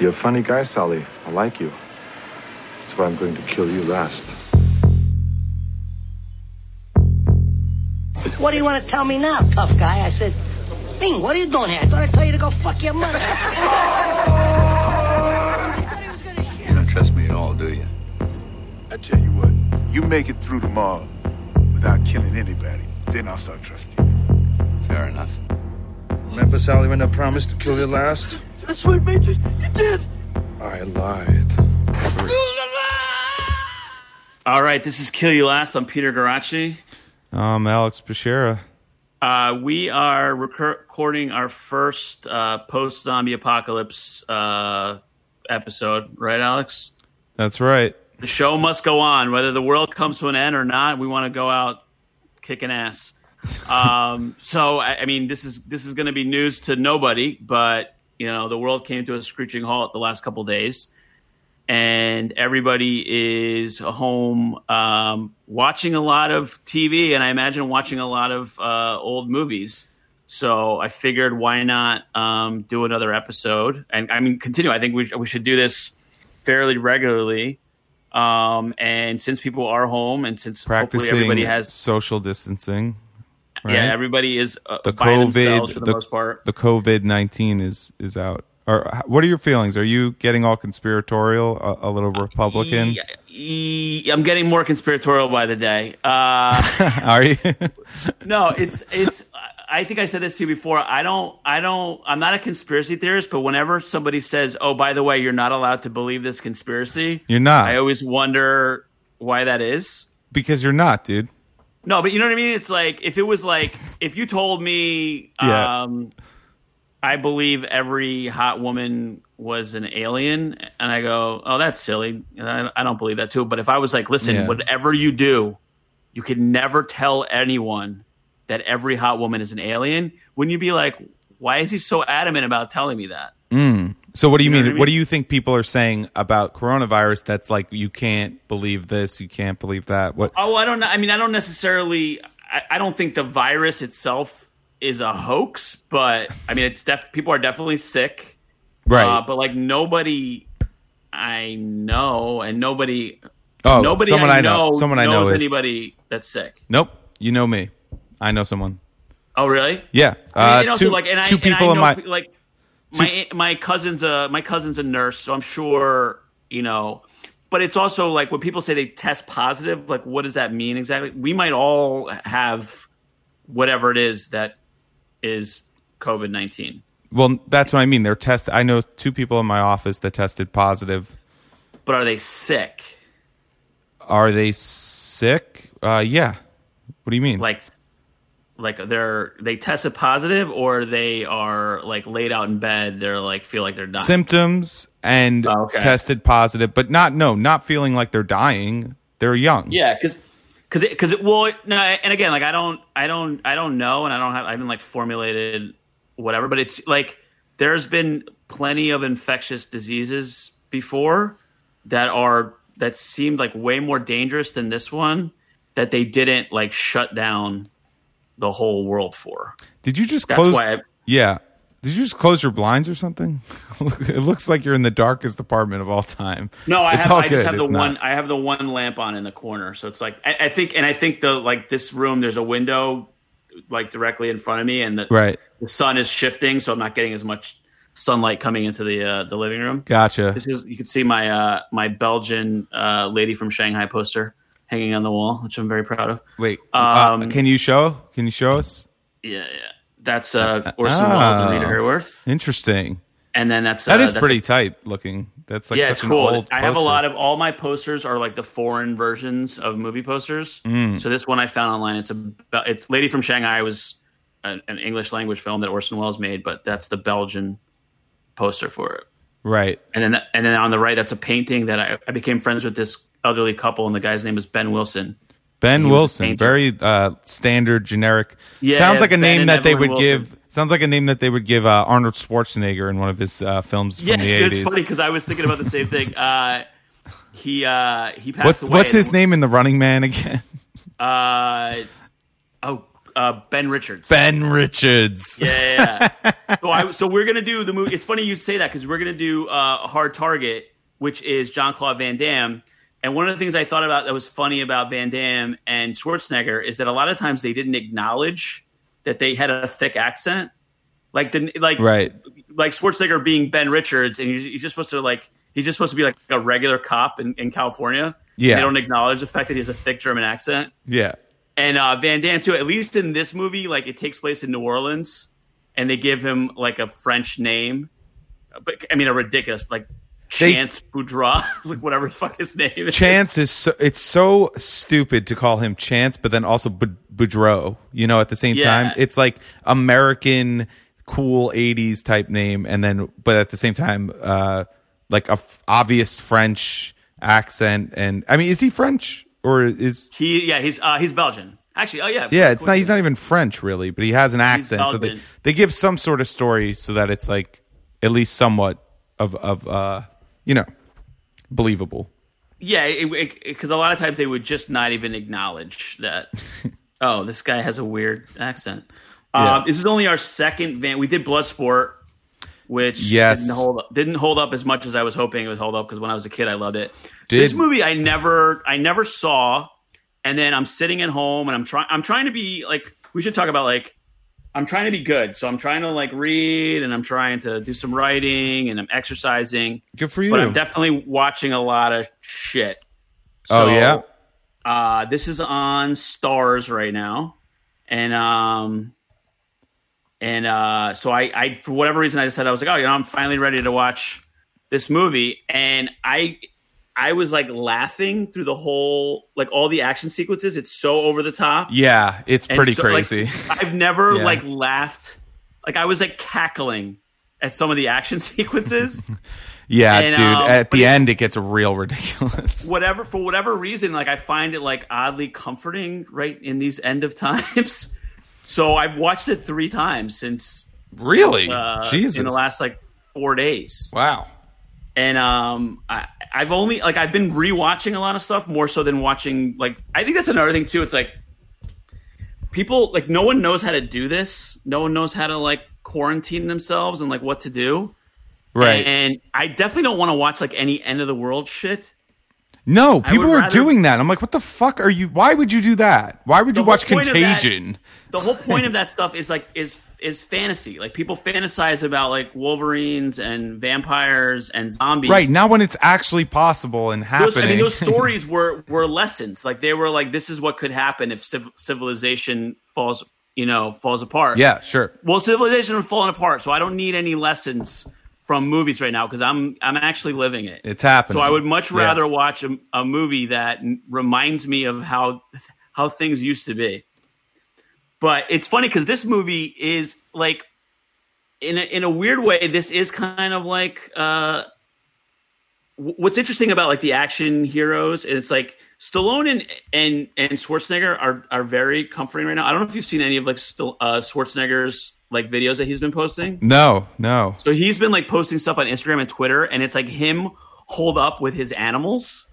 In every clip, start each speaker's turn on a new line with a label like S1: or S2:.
S1: You're a funny guy, Sally. I like you. That's why I'm going to kill you last.
S2: What do you want to tell me now, tough guy? I said, Bing, what are you doing here? I thought I told you to go fuck your mother.
S3: You don't trust me at all, do you?
S4: I tell you what, you make it through tomorrow without killing anybody, then I'll start trusting you.
S3: Fair enough.
S5: Remember, Sally, when I promised to kill you last?
S6: That's what Major. You did.
S5: I lied.
S7: All right, this is Kill You Last. I'm Peter Garacci.
S8: Um, Alex Bechera.
S7: Uh, we are recur- recording our first uh, post zombie apocalypse uh, episode, right, Alex?
S8: That's right.
S7: The show must go on. Whether the world comes to an end or not, we want to go out kicking ass. Um, so, I, I mean, this is this is going to be news to nobody, but you know, the world came to a screeching halt the last couple days, and everybody is home um, watching a lot of TV, and I imagine watching a lot of uh, old movies. So I figured, why not um, do another episode? And I mean, continue. I think we sh- we should do this fairly regularly. Um, and since people are home, and since
S8: Practicing
S7: hopefully everybody has,
S8: social distancing. Right?
S7: yeah, everybody is uh,
S8: the
S7: by themselves
S8: COVID,
S7: for the, most part.
S8: the COVID nineteen is is out. Or h- what are your feelings? Are you getting all conspiratorial, a, a little Republican?
S7: Yeah, yeah, I'm getting more conspiratorial by the day. Uh,
S8: Are you?
S7: no, it's it's. I think I said this to you before. I don't. I don't. I'm not a conspiracy theorist, but whenever somebody says, "Oh, by the way, you're not allowed to believe this conspiracy,"
S8: You're not
S7: I always wonder why that is.
S8: because you're not, dude.
S7: No, but you know what I mean. It's like if it was like if you told me,
S8: Yeah.
S7: um, I believe every hot woman was an alien, and I go, "Oh, that's silly." And I, I don't believe that too. But if I was like, "Listen,
S8: Yeah.
S7: whatever you do, you can never tell anyone that every hot woman is an alien," wouldn't you be like, "Why is he so adamant about telling me that?"
S8: So what do you,
S7: know
S8: mean?
S7: what I mean?
S8: What, do you think people are saying about coronavirus? That's like you can't believe this, you can't believe that. What?
S7: Oh, I don't know. I mean, I don't necessarily. I, I don't think the virus itself is a hoax, but I mean, it's def. People are definitely sick.
S8: Right.
S7: Uh, but like nobody I know, and nobody,
S8: oh,
S7: nobody
S8: someone
S7: I,
S8: know. Someone I
S7: knows
S8: know is.
S7: anybody that's sick.
S8: Nope. You know me. I know someone.
S7: Oh, really?
S8: Yeah.
S7: I mean, and
S8: uh,
S7: also,
S8: two,
S7: like, and I,
S8: two
S7: and I
S8: people in
S7: know
S8: my.
S7: pe- like my my cousin's a my cousin's a nurse, so I'm sure you know. But it's also like when people say they test positive, like what does that mean exactly? We might all have whatever it is that is COVID nineteen.
S8: Well, that's what I mean. They're test. I know two people in my office that tested positive.
S7: But are they sick?
S8: Are they sick? Uh, yeah. What do you mean?
S7: like like they're they tested positive or they are like laid out in bed they're like feel like they're dying
S8: symptoms and
S7: Oh, okay.
S8: tested positive, but not no, not feeling like they're dying. They're young.
S7: yeah because because it, 'cause it well it- no and again like i don't i don't i don't know and i don't have i haven't like formulated whatever but it's like there's been plenty of infectious diseases before that are that seemed like way more dangerous than this one that they didn't like shut down the whole world for
S8: Did you just
S7: That's
S8: close?
S7: why I-
S8: yeah. Did you just close your blinds or something? it looks like you're in the darkest apartment of all time.
S7: No, I
S8: It's
S7: have.
S8: all
S7: I just
S8: good.
S7: have the
S8: It's not-
S7: one. I have the one lamp on in the corner, so it's like I, I think, and I think the like this room. There's a window, like directly in front of me, and the
S8: Right.
S7: the sun is shifting, so I'm not getting as much sunlight coming into the uh, the living room.
S8: Gotcha.
S7: This is you can see my uh, my Belgian uh, lady from Shanghai poster hanging on the wall, which I'm very proud of.
S8: Wait. uh,
S7: Um,
S8: can you show? Can you show us?
S7: Yeah, yeah. That's uh, Orson
S8: Ah.
S7: Welles and Rita Hayworth,
S8: Interesting.
S7: and then that's
S8: That
S7: uh,
S8: is
S7: that's
S8: pretty
S7: a-
S8: tight looking. That's like
S7: yeah,
S8: such
S7: it's
S8: an
S7: cool.
S8: old.
S7: I have a
S8: poster.
S7: lot of all my posters are like the foreign versions of movie posters.
S8: Mm.
S7: So this one I found online. It's about it's Lady from Shanghai was an, an English language film that Orson Welles made, but that's the Belgian poster for it.
S8: right.
S7: And then and then on the right, that's a painting that I, I became friends with this elderly couple, and the guy's name is Ben Wilson.
S8: Ben
S7: He was a
S8: Wilson,
S7: painter.
S8: very uh, standard, generic.
S7: Yeah,
S8: sounds like a
S7: Ben
S8: name
S7: and
S8: that they
S7: Evelyn
S8: would
S7: Wilson.
S8: give. Sounds like a name that they would give uh, Arnold Schwarzenegger in one of his uh, films from
S7: Yeah,
S8: the
S7: it's
S8: eighties.
S7: funny because I was thinking about the same thing. Uh, he uh, he passed
S8: What's
S7: away.
S8: what's
S7: and-
S8: his name in The Running Man again?
S7: Uh, oh, uh, Ben Richards.
S8: Ben Richards.
S7: Yeah. yeah, yeah. so I so we're gonna do the movie. It's funny you say that because we're gonna do uh, a Hard Target, which is John Claude Van Damme. And one of the things I thought about that was funny about Van Damme and Schwarzenegger is that a lot of times they didn't acknowledge that they had a thick accent, like the like
S8: Right.
S7: like Schwarzenegger being Ben Richards, and you're, you're just supposed to like he's just supposed to be like a regular cop in, in California.
S8: Yeah.
S7: they don't acknowledge the fact that he has a thick German accent
S8: Yeah.
S7: and uh, Van Damme too. At least in this movie, like it takes place in New Orleans, and they give him like a French name, but I mean a ridiculous like
S8: They-
S7: Chance Boudreau, like whatever the fuck his name is.
S8: Chance is so, it's so stupid to call him Chance, but then also Bud- Boudreaux. You know, at the same
S7: Yeah.
S8: time, it's like American cool '80s type name, and then but at the same time, uh, like a f- obvious French accent. And I mean, is he French or is
S7: He yeah he's uh, he's Belgian actually. Oh yeah
S8: yeah? It's not. He's not even French really, but he has an accent. So they
S7: Belgian.
S8: they give some sort of story so that it's like at least somewhat of of uh you know believable.
S7: Yeah, because a lot of times they would just not even acknowledge that. oh, this guy has a weird accent. Um,
S8: Yeah.
S7: This is only our second van. We did Bloodsport, which
S8: Yes.
S7: didn't hold up, didn't hold up as much as I was hoping it would hold up because when I was a kid, I loved it.
S8: Did-
S7: This movie I never I never saw, and then I'm sitting at home and I'm trying I'm trying to be like we should talk about like I'm trying to be good, so I'm trying to like read and I'm trying to do some writing and I'm exercising
S8: Good for you.
S7: but I'm definitely watching a lot of shit.
S8: oh yeah.
S7: Uh, this is on Stars right now, and um, and uh, so I, I for whatever reason I decided I was like, oh, you know, I'm finally ready to watch this movie, and I, I was like laughing through the whole like all the action sequences. It's so over the top.
S8: Yeah, it's
S7: And
S8: pretty
S7: so, like,
S8: crazy.
S7: I've never
S8: Yeah.
S7: like laughed, like I was like cackling at some of the action sequences.
S8: yeah,
S7: and,
S8: dude.
S7: um,
S8: at
S7: but
S8: the
S7: it's-
S8: end, it gets real ridiculous.
S7: whatever for whatever reason like i find it like oddly comforting right in these end of times so i've watched it three times since
S8: Really?
S7: uh,
S8: Jesus.
S7: in the last like four days
S8: wow.
S7: and um I, i've only like i've been rewatching a lot of stuff more so than watching like i think that's another thing too it's like people like no one knows how to do this no one knows how to like quarantine themselves and like what to do
S8: Right.
S7: and i definitely don't want to watch like any end of the world shit
S8: no, people
S7: would
S8: are
S7: rather-
S8: doing that. I'm like, what the fuck are you? Why would you do that? Why would you
S7: whole
S8: watch
S7: point of that-
S8: Contagion?
S7: the whole point of that stuff is like is is fantasy. Like people fantasize about like wolverines and vampires and zombies.
S8: Right now, when it's actually possible and happening.
S7: Those, I mean, those stories were were lessons. Like they were like, this is what could happen if civ- civilization falls, you know, falls apart.
S8: yeah, sure.
S7: Well, civilization was falling apart, so I don't need any lessons from movies right now because I'm I'm actually living it.
S8: It's happening.
S7: So I would much
S8: Yeah.
S7: rather watch a, a movie that n- reminds me of how how things used to be. But it's funny because this movie is like, in a, in a weird way, this is kind of like uh, w- what's interesting about like the action heroes, and it's like Stallone and and and Schwarzenegger are are very comforting right now. I don't know if you've seen any of like St- uh, Schwarzenegger's like videos that he's been posting.
S8: No, no.
S7: So he's been like posting stuff on Instagram and Twitter, and it's like him holed up with his animals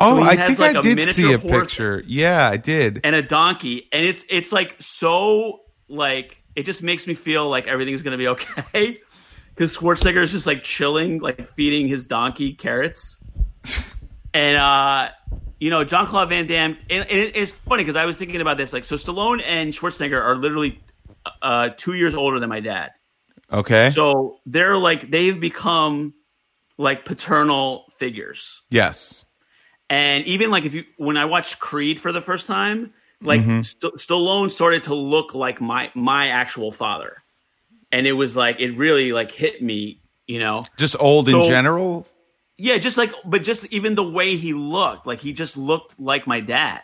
S8: Oh,
S7: he
S8: I
S7: has,
S8: think
S7: like,
S8: I
S7: a
S8: did see
S7: miniature
S8: a
S7: horse-
S8: picture. Yeah, I did.
S7: and a donkey, and it's it's like so like it just makes me feel like everything's gonna be okay because Schwarzenegger is just like chilling, like feeding his donkey carrots, and uh. You know, John Claude Van Damme, and, and it- it's funny because I was thinking about this. Like, so Stallone and Schwarzenegger are literally uh, two years older than my dad.
S8: okay.
S7: So they're like, they've become like paternal figures.
S8: yes.
S7: And even like if you, when I watched Creed for the first time, like
S8: Mm-hmm.
S7: St- Stallone started to look like my my actual father, and it was like it really like hit me, you know.
S8: Just old in
S7: So-
S8: general.
S7: Yeah, just like, but just even the way he looked, like he just looked like my dad,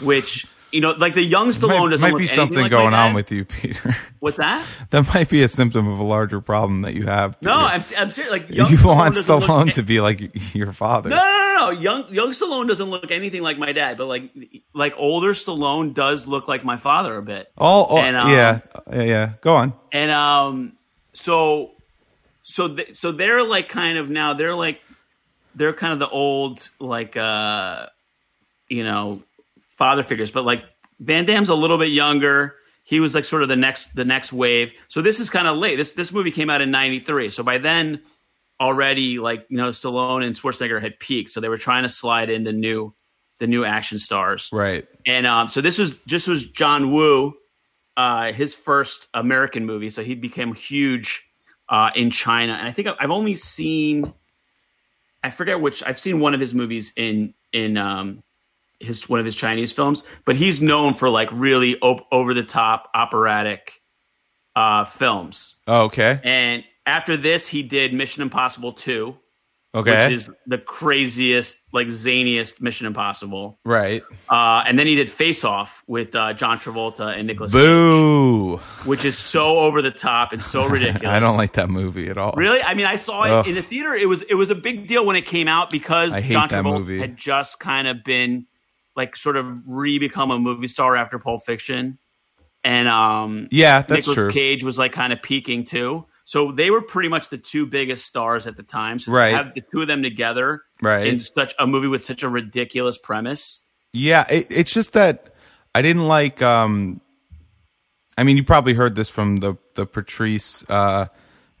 S7: which you know, like the young Stallone
S8: Might,
S7: doesn't
S8: might
S7: look
S8: be
S7: anything
S8: something
S7: like my
S8: going
S7: dad.
S8: on with you, Peter.
S7: What's that?
S8: that might be a symptom of a larger problem that you have.
S7: No,
S8: Peter.
S7: I'm I'm serious. Like young
S8: you
S7: Stallone
S8: want
S7: doesn't look
S8: Stallone
S7: a-
S8: to be like y- your father.
S7: No, no, no, no. Young young Stallone doesn't look anything like my dad, but like like older Stallone does look like my father a bit.
S8: All, all
S7: And, um,
S8: yeah, yeah, yeah. Go on.
S7: And um, so so th- so they're like kind of now they're like they're kind of the old like uh you know father figures, but like Van Damme's a little bit younger. He was like sort of the next the next wave. So this is kind of late. This this movie came out in '93. So by then, already like you know Stallone and Schwarzenegger had peaked. So they were trying to slide in the new the new action stars.
S8: Right.
S7: And um, so this was just was John Woo, uh, his first American movie. So he became huge uh, in China. And I think I've only seen, I forget which. I've seen one of his movies in in um, his one of his Chinese films. But he's known for like really op- over the top operatic uh, films.
S8: Oh, okay.
S7: And after this, he did Mission Impossible Two,
S8: Okay.
S7: which is the craziest, like zaniest Mission Impossible.
S8: right.
S7: Uh, and then he did Face Off with uh, John Travolta and Nicholas,
S8: Boo.
S7: which is so over the top and so ridiculous.
S8: I don't like that movie at all.
S7: Really? I mean, I saw it
S8: Ugh.
S7: in the theater. It was it was a big deal when it came out because
S8: I hate
S7: John
S8: that
S7: Travolta
S8: movie.
S7: had just kind of been like sort of re-become a movie star after Pulp Fiction, and um,
S8: Yeah, that's
S7: Nicholas
S8: true.
S7: Cage was like kind of peaking too. So they were pretty much the two biggest stars at the time. So to
S8: Right.
S7: have the two of them together
S8: Right.
S7: in such a movie with such a ridiculous premise.
S8: Yeah, it, it's just that I didn't like. um I mean, you probably heard this from the the Patrice. Uh,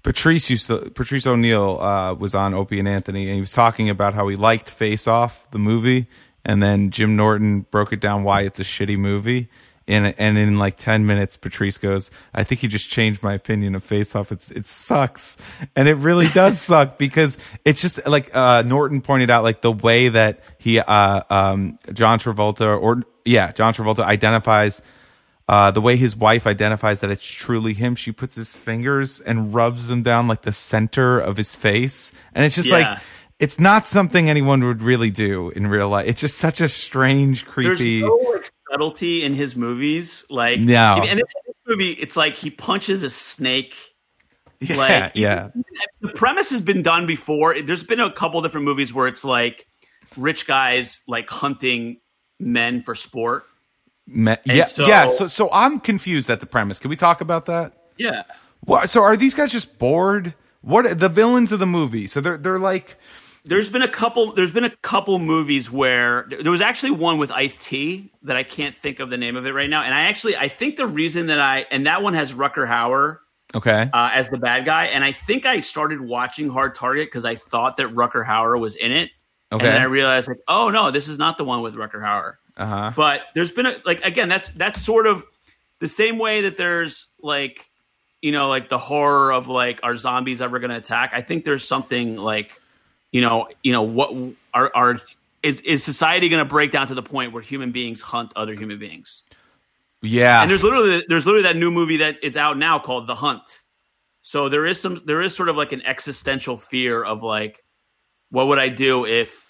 S8: Patrice used to, Patrice O'Neill uh, was on Opie and Anthony, and he was talking about how he liked Face Off the movie, and then Jim Norton broke it down why it's a shitty movie. And, and in like ten minutes, Patrice goes, "I think he just changed my opinion of Face Off. It's it sucks, and it really does suck because it's just like uh, Norton pointed out, like the way that he, uh, um, John Travolta, or yeah, John Travolta identifies uh, the way his wife identifies that it's truly him, she puts his fingers and rubs them down like the center of his face. And it's just
S7: Yeah.
S8: like, it's not something anyone would really do in real life. It's just such a strange,
S7: There's
S8: creepy.
S7: no like, subtlety in his movies. Like
S8: No.
S7: and this, this movie, it's like he punches a snake.
S8: yeah,
S7: like,
S8: yeah.
S7: The premise has been done before. There's been a couple different movies where it's like rich guys like hunting men for sport.
S8: Me-
S7: and
S8: yeah.
S7: so-
S8: yeah. So, so I'm confused at the premise. Can we talk about that?
S7: Yeah.
S8: What, so are these guys just bored? What are the villains of the movie? So they're, they're like,
S7: There's been a couple. There's been a couple movies where there was actually one with Ice T that I can't think of the name of it right now. And I actually I think the reason that I and that one has Rucker Hauer
S8: okay.
S7: uh, as the bad guy. And I think I started watching Hard Target because I thought that Rucker Hauer was in it.
S8: Okay.
S7: And then I realized like, oh no, this is not the one with Rucker Hauer.
S8: Uh-huh.
S7: But there's been a like again, that's that's sort of the same way that there's like you know, like the horror of like are zombies ever gonna attack? I think there's something like you know, you know, what are are is is society gonna break down to the point where human beings hunt other human beings?
S8: Yeah.
S7: and there's literally there's literally that new movie that is out now called The Hunt. So there is some there is sort of like an existential fear of like, what would I do if,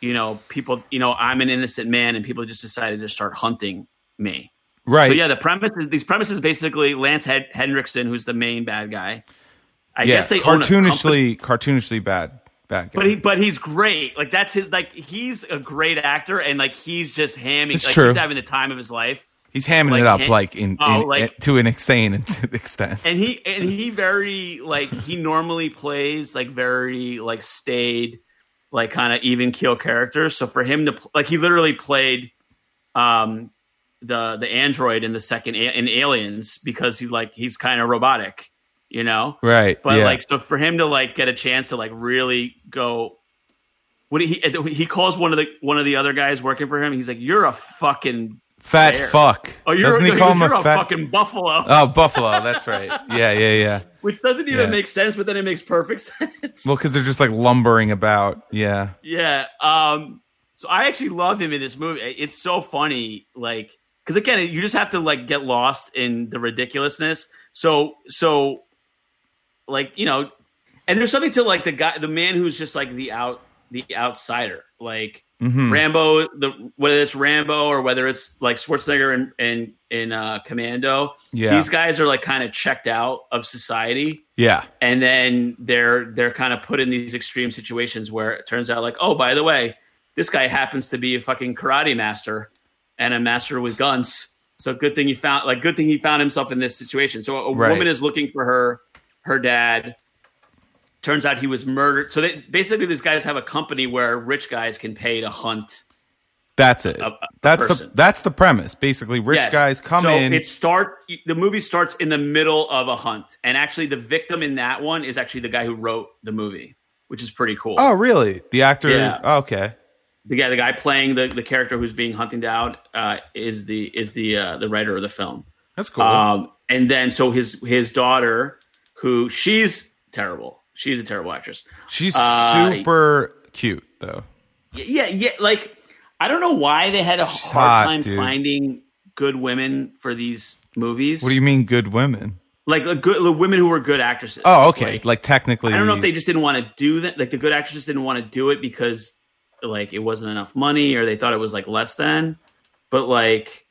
S7: you know, people, you know, I'm an innocent man and people just decided to start hunting me.
S8: right.
S7: So yeah, the premise is these premises basically Lance Hen- Henriksen, who's the main bad guy. I
S8: yeah.
S7: guess they own a company,
S8: cartoonishly, cartoonishly bad. Bad guy.
S7: but he but he's great. Like that's his like he's a great actor and like he's just hamming
S8: It's
S7: like
S8: true.
S7: he's having the time of his life.
S8: He's hamming
S7: Like
S8: it up
S7: him-
S8: like in,
S7: Oh,
S8: in-
S7: like-
S8: to an extent extent.
S7: and he and he very like he normally plays like very like staid like kind of even keel characters so for him to pl- like he literally played um the the android in the second a- in aliens because he like he's kind of robotic you know
S8: Right.
S7: but
S8: yeah.
S7: like so for him to like get a chance to like really go what he uh, he calls one of the one of the other guys working for him he's like you're a fucking
S8: fat
S7: there.
S8: fuck.
S7: oh you're,
S8: Doesn't he
S7: you're-
S8: call him
S7: you're
S8: a fat?
S7: fucking buffalo
S8: oh, buffalo. That's right. Yeah, yeah, yeah.
S7: which doesn't even
S8: Yeah.
S7: make sense, but then it makes perfect sense.
S8: Well, because they're just like lumbering about. Yeah.
S7: yeah. Um. So I actually love him in this movie. It's so funny, like, because again, you just have to like get lost in the ridiculousness. So, so, like, you know, and there's something to like the guy, the man who's just like the out, the outsider, like
S8: Hmm. Mm-hmm.
S7: Rambo. The whether it's Rambo or whether it's like Schwarzenegger and and in uh, Commando,
S8: Yeah.
S7: these guys are like kind of checked out of society
S8: Yeah.
S7: and then they're they're kind of put in these extreme situations where it turns out like oh by the way this guy happens to be a fucking karate master and a master with guns so good thing you found like good thing he found himself in this situation so a
S8: Right.
S7: woman is looking for her her dad turns out he was murdered so they basically these guys have a company where rich guys can pay to hunt
S8: That's it. that's the
S7: person.
S8: that's the premise. Basically, rich
S7: Yes.
S8: guys come
S7: so
S8: in.
S7: It start the movie starts in the middle of a hunt, and actually the victim in that one is actually the guy who wrote the movie, which is pretty cool.
S8: oh, really? The actor?
S7: Yeah.
S8: oh, okay.
S7: The guy, the guy playing the, the character who's being hunted down uh, is the is the uh, the writer of the film.
S8: That's cool.
S7: Um, and then so his his daughter, who she's terrible. She's a terrible actress.
S8: She's
S7: uh,
S8: super cute though.
S7: Y- Yeah, yeah. Like I don't know why they had a hard
S8: hot,
S7: time
S8: dude.
S7: finding good women for these movies.
S8: What do you mean, good women?
S7: like the good the women who were good actresses?
S8: Oh, okay. Like,
S7: Like,
S8: technically,
S7: I don't know if they just didn't want to do that. Like the good actresses didn't want to do it because like it wasn't enough money or they thought it was like less than. But like,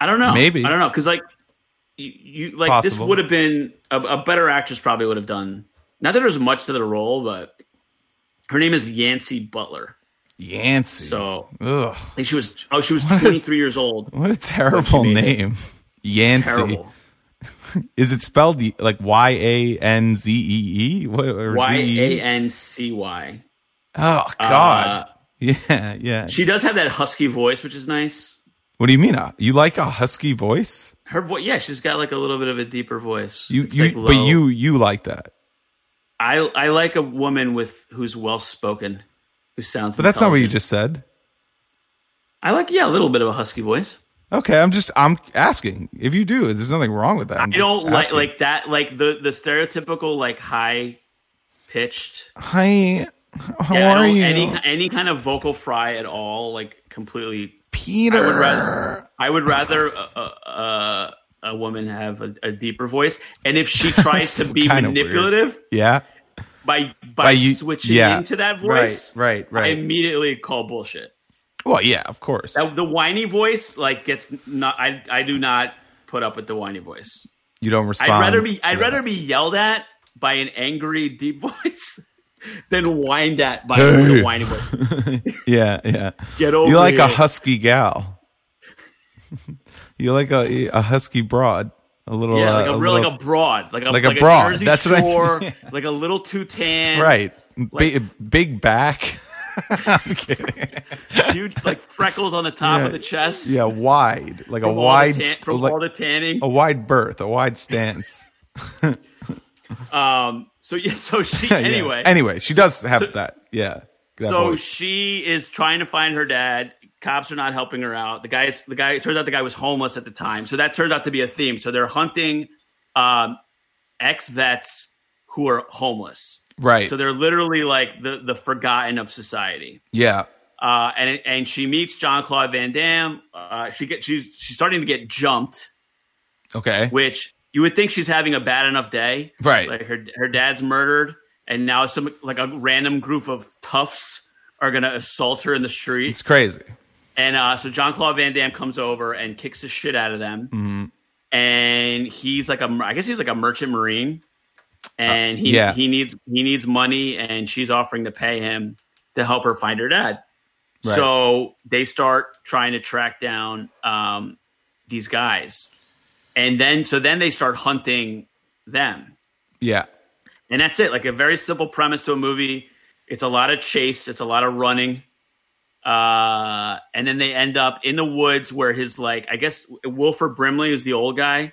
S7: I don't know.
S8: Maybe.
S7: I don't know because like you, you like this
S8: Possible.
S7: would have been a, a better actress probably would have done. Not that there's much to the role, but her name is Yancy Butler.
S8: Yancey.
S7: So
S8: Ugh,
S7: I think she was oh she was 23 years old.
S8: what a terrible
S7: made it.
S8: name, Yancey.
S7: Terrible.
S8: Is it spelled y- like Y A N Z E E? What- or
S7: Y
S8: Z
S7: a
S8: E?
S7: n c y.
S8: Oh
S7: Uh,
S8: God. yeah, yeah.
S7: She does have that husky voice, which is nice.
S8: what do you mean? uh, You like a husky voice?
S7: Her voice, yeah, she's got like a little bit of a deeper voice.
S8: You,
S7: It's,
S8: you
S7: like,
S8: but
S7: low.
S8: you, you like that.
S7: I, I like a woman with who's well spoken, who sounds.
S8: But that's not what you
S7: intelligent.
S8: just said.
S7: I like, yeah, a little bit of a husky voice.
S8: Okay, I'm just, I'm asking. If you do, there's nothing wrong with that.
S7: I
S8: I'm just
S7: don't like
S8: asking.
S7: like that, like the the stereotypical like high pitched.
S8: Hi, how
S7: Yeah, I
S8: are
S7: don't-
S8: you,
S7: Any any kind of vocal fry at all, like completely.
S8: Peter?
S7: I would rather I would rather a, a, a woman have a, a deeper voice, and if she tries to
S8: That's
S7: be
S8: kinda weird.
S7: manipulative
S8: yeah,
S7: by by,
S8: By you-
S7: switching
S8: yeah.
S7: into that voice,
S8: Right, right,
S7: I
S8: right.
S7: immediately call bullshit.
S8: well, yeah, of course.
S7: Uh, The whiny voice, like, gets not. I I do not put up with the whiny voice.
S8: you don't respond.
S7: I'd rather be
S8: to
S7: I'd
S8: that.
S7: rather be yelled at by an angry deep voice than whined at by
S8: Hey.
S7: a whiny voice.
S8: Yeah, yeah.
S7: Get over
S8: you like a
S7: here.
S8: husky gal. you like a a husky broad, a little,
S7: Yeah,
S8: uh,
S7: like a, real,
S8: little-
S7: like a broad, like a
S8: Like a broad,
S7: Jersey
S8: that's what I-
S7: Shore,
S8: yeah.
S7: like a little too tan,
S8: right, Bi-
S7: like-
S8: big back. I'm kidding.
S7: Huge, like freckles on the top
S8: Yeah.
S7: of the chest.
S8: Yeah, wide, like a
S7: from all the
S8: wide,
S7: tan-
S8: st-
S7: from
S8: like-
S7: all the tanning.
S8: a wide berth, a wide stance.
S7: Um. So yeah. So she
S8: Yeah.
S7: anyway.
S8: anyway, she does have that. Yeah. that
S7: so
S8: voice.
S7: she is trying to find her dad. Cops are not helping her out. The guys, the guy, it turns out the guy was homeless at the time. So that turns out to be a theme. So they're hunting um, ex vets who are homeless.
S8: right?
S7: So they're literally like the the forgotten of society.
S8: yeah,
S7: Uh, and and she meets John Claude Van Damme. Uh, she get she's she's starting to get jumped,
S8: okay,
S7: which you would think she's having a bad enough day.
S8: Right.
S7: Like her her dad's murdered, and now some like a random group of toughs are gonna assault her in the street.
S8: it's crazy.
S7: And uh, so John Claude Van Damme comes over and kicks the shit out of them.
S8: Mm-hmm.
S7: And he's like a, I guess he's like a merchant marine, and he
S8: Uh, yeah.
S7: he needs he needs money, and she's offering to pay him to help her find her dad.
S8: Right.
S7: So they start trying to track down um, these guys, and then so then they start hunting them,
S8: Yeah,
S7: and that's it. Like a very simple premise to a movie. It's a lot of chase. It's a lot of running. Uh, and then they end up in the woods where his like I guess Wilford Brimley is the old guy.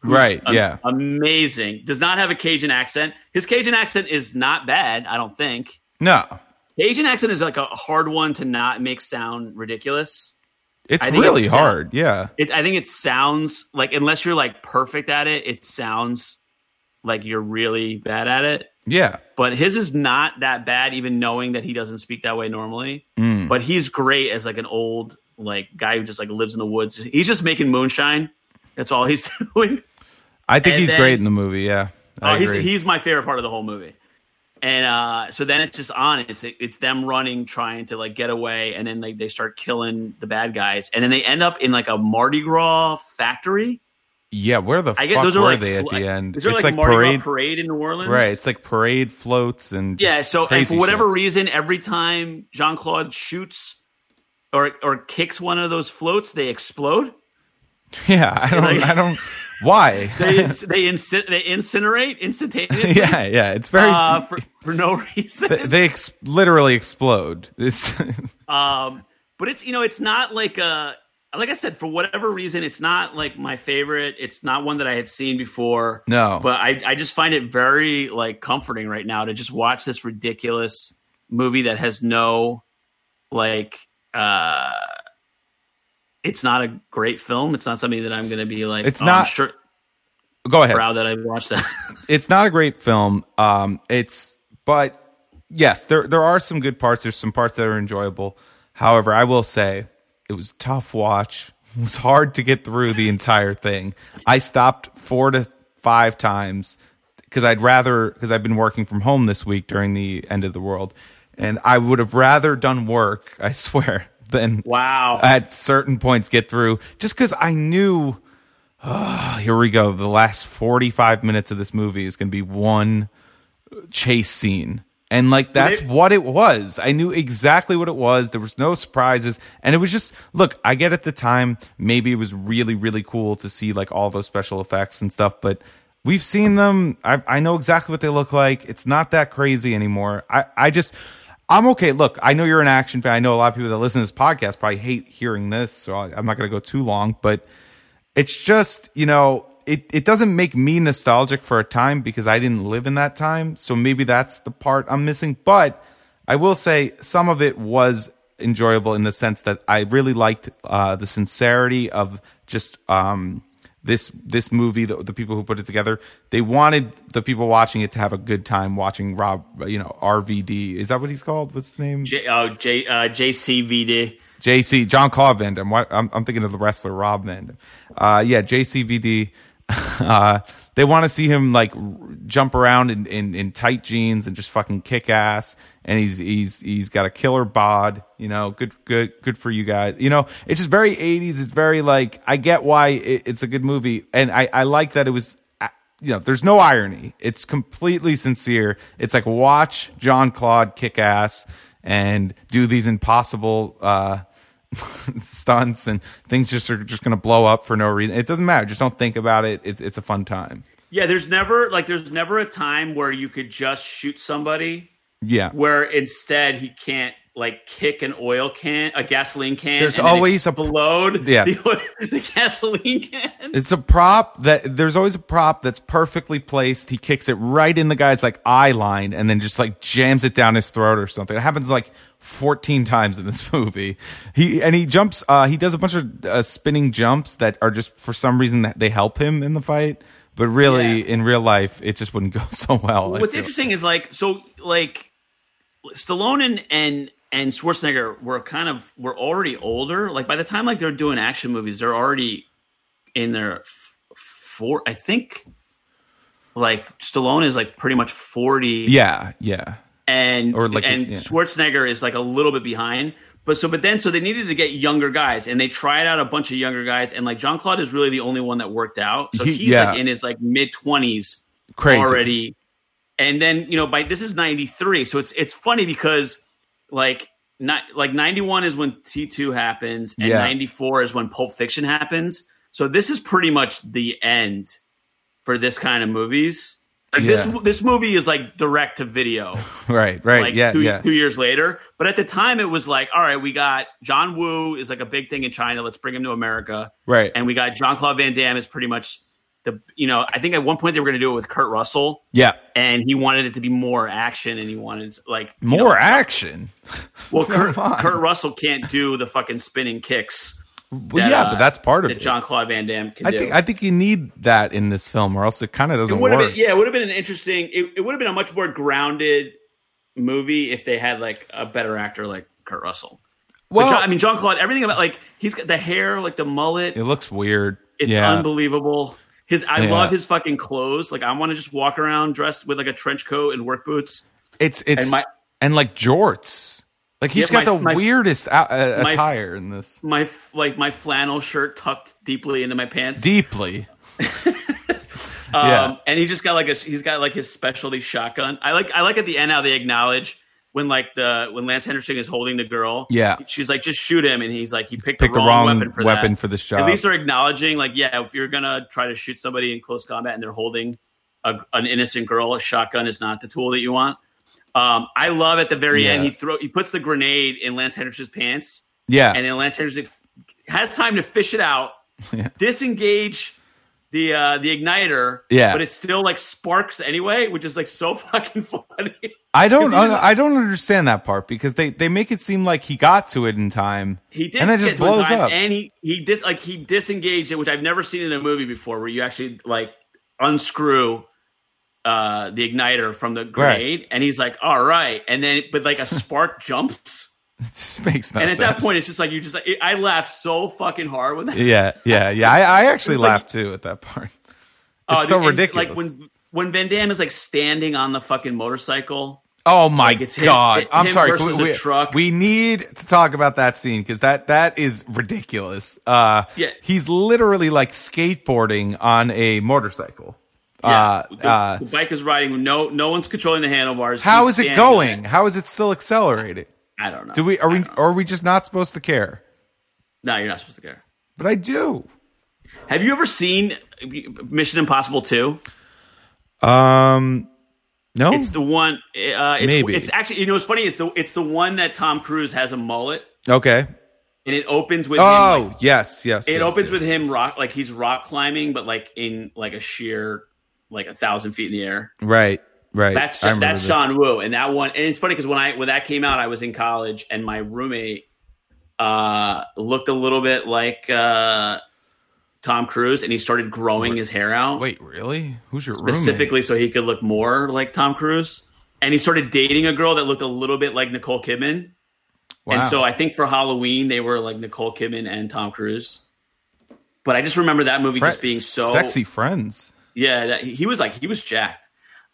S7: who's
S8: right.
S7: am-
S8: yeah,
S7: amazing. Does not have a Cajun accent. His Cajun accent is not bad. I don't think
S8: no,
S7: Cajun accent is like a hard one to not make sound ridiculous.
S8: it's
S7: I think
S8: really
S7: it's, uh,
S8: hard. Yeah,
S7: It, I think it sounds like unless you're like perfect at it, it sounds like you're really bad at it.
S8: yeah.
S7: but his is not that bad even knowing that he doesn't speak that way normally
S8: Mm.
S7: but he's great as like an old like guy who just like lives in the woods he's just making moonshine that's all he's doing
S8: I think
S7: And
S8: he's
S7: then-
S8: great in the movie. Yeah, I
S7: Uh, he's,
S8: agree.
S7: he's my favorite part of the whole movie and uh, so then it's just on it's it's them running trying to like get away and then like they start killing the bad guys and then they end up in like a mardi gras factory
S8: yeah, where the
S7: i guess
S8: fuck
S7: those
S8: were
S7: are like
S8: they at
S7: fl-
S8: the end?
S7: is there
S8: it's
S7: like,
S8: like,
S7: mardi
S8: parade,
S7: gras parade in new orleans
S8: right? It's like parade floats and
S7: Yeah,
S8: just
S7: so and
S8: crazy
S7: for whatever
S8: shit.
S7: reason, every time Jean Claude shoots or or kicks one of those floats, they explode.
S8: Yeah, I don't,
S7: like-
S8: I don't. Why?
S7: They ins- they, inci- they incinerate instantaneously
S8: yeah, yeah. It's very.
S7: uh, for, for no reason.
S8: they they ex- literally explode. It's
S7: Um, But it's you know, it's not like a like I said, for whatever reason, it's not like my favorite. It's not one that I had seen before.
S8: No.
S7: But I, I just find it very like comforting right now to just watch this ridiculous movie that has no like uh it's not a great film. It's not something that I'm gonna be like
S8: It's
S7: oh,
S8: not-
S7: I'm sure,
S8: Go ahead.
S7: proud that I watched that.
S8: it's not a great film. Um, it's but yes, there there are some good parts. There's some parts that are enjoyable. However, I will say it was a tough watch. It was hard to get through the entire thing. I stopped four to five times because I'd rather because I've been working from home this week during the end of the world, and I would have rather done work. I swear than
S7: wow.
S8: at certain points get through just because I knew "Ah, here we go. The last 45 minutes of this movie is going to be one chase scene. And like that's
S7: Right.
S8: what it was. I knew exactly what it was. There was no surprises. And it was just look, I get at the time maybe it was really really cool to see like all those special effects and stuff, but we've seen them. I I know exactly what they look like. It's not that crazy anymore. I I just I'm okay. Look, I know you're an action fan. I know a lot of people that listen to this podcast probably hate hearing this, so I- I'm not going to go too long, but it's just you know it, it doesn't make me nostalgic for a time because i didn't live in that time so maybe that's the part i'm missing but i will say some of it was enjoyable in the sense that i really liked uh, the sincerity of just um, this this movie the, the people who put it together they wanted the people watching it to have a good time watching rob you know rvd is that what he's called what's his name
S7: J, oh, J, uh, JCVD.
S8: JC John Claude Van Damme. What, I'm, I'm thinking of the wrestler Rob Van Dam. Uh, yeah, JCVD. uh, they want to see him like r- jump around in, in, in tight jeans and just fucking kick ass. And he's he's he's got a killer bod. You know, good good good for you guys. You know, it's just very 80s. It's very like I get why it, it's a good movie, and I I like that it was a- you know, there's no irony. It's completely sincere. It's like watch John Claude kick ass and do these impossible uh, stunts, and things just are just going to blow up for no reason. It doesn't matter. Just don't think about it. It's it's a fun time.
S7: Yeah, there's never like there's never a time where you could just shoot somebody
S8: Yeah.
S7: where instead he can't like kick an oil can, a gasoline can.
S8: There's
S7: then
S8: always a-
S7: explode
S8: Yeah.
S7: the, oil- the gasoline can.
S8: It's a prop that there's always a prop that's perfectly placed. He kicks it right in the guy's like eye line and then just like jams it down his throat or something. It happens like 14 times in this movie. He and he jumps uh he does a bunch of uh, spinning jumps that are just for some reason that they help him in the fight, but really in real life it just wouldn't go so well. I
S7: What's
S8: feel.
S7: interesting is like so like Stallone and and and Schwarzenegger were kind of were already older. Like by the time like they're doing action movies, they're already in their f- four. I think like Stallone is like pretty much forty.
S8: Yeah, yeah.
S7: and
S8: Or like,
S7: and
S8: yeah.
S7: Schwarzenegger is like a little bit behind. But so but then so they needed to get younger guys and they tried out a bunch of younger guys and like Jean Claude is really the only one that worked out. So
S8: He-
S7: he's
S8: yeah.
S7: like in his like mid twenties
S8: Crazy.
S7: already. And then you know by this is ninety three, so it's it's funny because like not like ninety one is when T two happens and
S8: Yeah.
S7: ninety four is when Pulp Fiction happens. So this is pretty much the end for this kind of movies. Like
S8: Yeah.
S7: this this movie is like direct to video
S8: Right, right.
S7: like
S8: yeah,
S7: two,
S8: yeah.
S7: two years later. But at the time, it was like, all right, we got John Woo is like a big thing in China. Let's bring him to America.
S8: Right.
S7: And we got John Claude Van Damme is pretty much the, you know, I think at one point they were going to do it with Kurt Russell.
S8: yeah.
S7: And he wanted it to be more action and he wanted like you
S8: More
S7: know,
S8: action.
S7: Well, Kurt,
S8: Come on.
S7: Kurt Russell can't do the fucking spinning kicks.
S8: Well, yeah,
S7: uh,
S8: but that's part of
S7: that
S8: it.
S7: John Claude Van Damme can
S8: I
S7: do.
S8: think I think you need that in this film, or else it kind of doesn't
S7: it would
S8: work.
S7: have been yeah it would have been an interesting it, it would have been a much more grounded movie if they had like a better actor like kurt russell But
S8: Well-
S7: John- i mean john claude everything about like he's got the hair like the mullet
S8: It looks weird.
S7: it's
S8: yeah.
S7: unbelievable his i
S8: Yeah.
S7: love his fucking clothes like i want to just walk around dressed with like a trench coat and work boots
S8: It's it's and,
S7: And my-
S8: like jorts. Like he's
S7: Yeah,
S8: got
S7: my-
S8: the
S7: my-
S8: weirdest out, uh,
S7: my-
S8: attire in this.
S7: my f- like my flannel shirt tucked deeply into my pants
S8: Deeply.
S7: Um,
S8: Yeah.
S7: and he just got like a he's got like his specialty shotgun. I like I like at the end how they acknowledge when like the when Lance Henderson is holding the girl.
S8: Yeah.
S7: she's like just shoot him, and he's like he picked,
S8: Pick
S7: the, wrong weapon for that.
S8: this job.
S7: At least they're acknowledging like yeah, if you're gonna try to shoot somebody in close combat and they're holding a, an innocent girl, a shotgun is not the tool that you want. Um, I love at the very
S8: Yeah.
S7: end he throw he puts the grenade in Lance Henderson's pants.
S8: Yeah.
S7: and the Atlanta Changers has time to fish it out,
S8: Yeah.
S7: disengage the uh, the igniter,
S8: Yeah.
S7: but it still like sparks anyway, which is like so fucking funny.
S8: I don't
S7: 'Cause he's
S8: I don't understand that part because they they make it seem like he got to it in time.
S7: He did
S8: and
S7: get
S8: then just
S7: to one
S8: blows
S7: time,
S8: up.
S7: and he he dis like he disengaged it, which I've never seen in a movie before, where you actually like unscrew uh the igniter from the grenade, and he's like, "All right," and then but like a spark jumps,
S8: it just makes no
S7: and at
S8: sense.
S7: that point, it's just like you just like, it, I laughed so fucking hard when that.
S8: yeah, yeah, yeah. I, I actually
S7: It's like-
S8: laughed too at that part. It's
S7: Oh,
S8: so
S7: and,
S8: ridiculous.
S7: Like when when Van Damme is like standing on the fucking motorcycle.
S8: oh my
S7: like, it's him-
S8: god!
S7: it-
S8: I'm
S7: him
S8: sorry.
S7: versus
S8: we,
S7: a
S8: we-
S7: truck.
S8: we need to talk about that scene because that that is ridiculous. Uh,
S7: Yeah.
S8: he's literally like skateboarding on a motorcycle.
S7: Yeah,
S8: Uh,
S7: the,
S8: uh,
S7: the bike is riding. with No, no one's controlling the handlebars.
S8: how
S7: He's
S8: is it
S7: standing on
S8: going?
S7: it.
S8: How is it still accelerating?
S7: I don't know.
S8: Do we are
S7: I
S8: we
S7: don't know.
S8: are we just not supposed to care?
S7: No, you're not supposed to care.
S8: But I do.
S7: Have you ever seen Mission Impossible Two?
S8: Um, no,
S7: It's the one. Uh, it's,
S8: Maybe.
S7: it's actually you know it's funny. It's the it's the one that Tom Cruise has a mullet,
S8: Okay.
S7: and it opens with him,
S8: Oh
S7: like,
S8: yes, yes.
S7: it
S8: yes,
S7: opens
S8: yes,
S7: with
S8: yes.
S7: him rock like he's rock climbing, but like in like a sheer like a thousand feet in the air.
S8: Right, right.
S7: That's
S8: I remember
S7: that's
S8: this.
S7: John Woo, and that one. And it's funny because when I when that came out, I was in college, and my roommate uh, looked a little bit like uh, Tom Cruise, and he started growing his hair out.
S8: Wait, really? Who's your
S7: specifically so he could look more like Tom Cruise. And he started dating a girl that looked a little bit like Nicole Kidman.
S8: Roommate?
S7: And
S8: Wow.
S7: so I think for Halloween they were like Nicole Kidman and Tom Cruise. But I just remember that movie
S8: Fre-
S7: just being so
S8: sexy friends.
S7: Yeah, that, he was like he was jacked.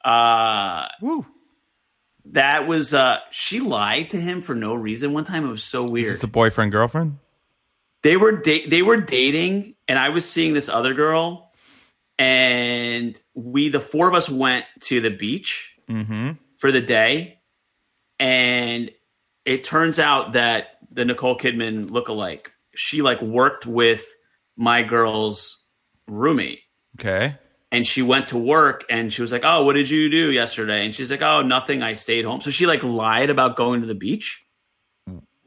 S7: Uh,
S8: Woo!
S7: that was uh, she lied to him for no reason one time. It was so
S8: Is
S7: weird.
S8: this the boyfriend girlfriend?
S7: they were da- they were dating and i was seeing this other girl and we the four of us went to the beach for the day and it turns out that the nicole kidman lookalike she like worked with my girl's roommate
S8: Okay.
S7: and she went to work and she was like oh what did you do yesterday and she's like oh nothing i stayed home so she like lied about going to the beach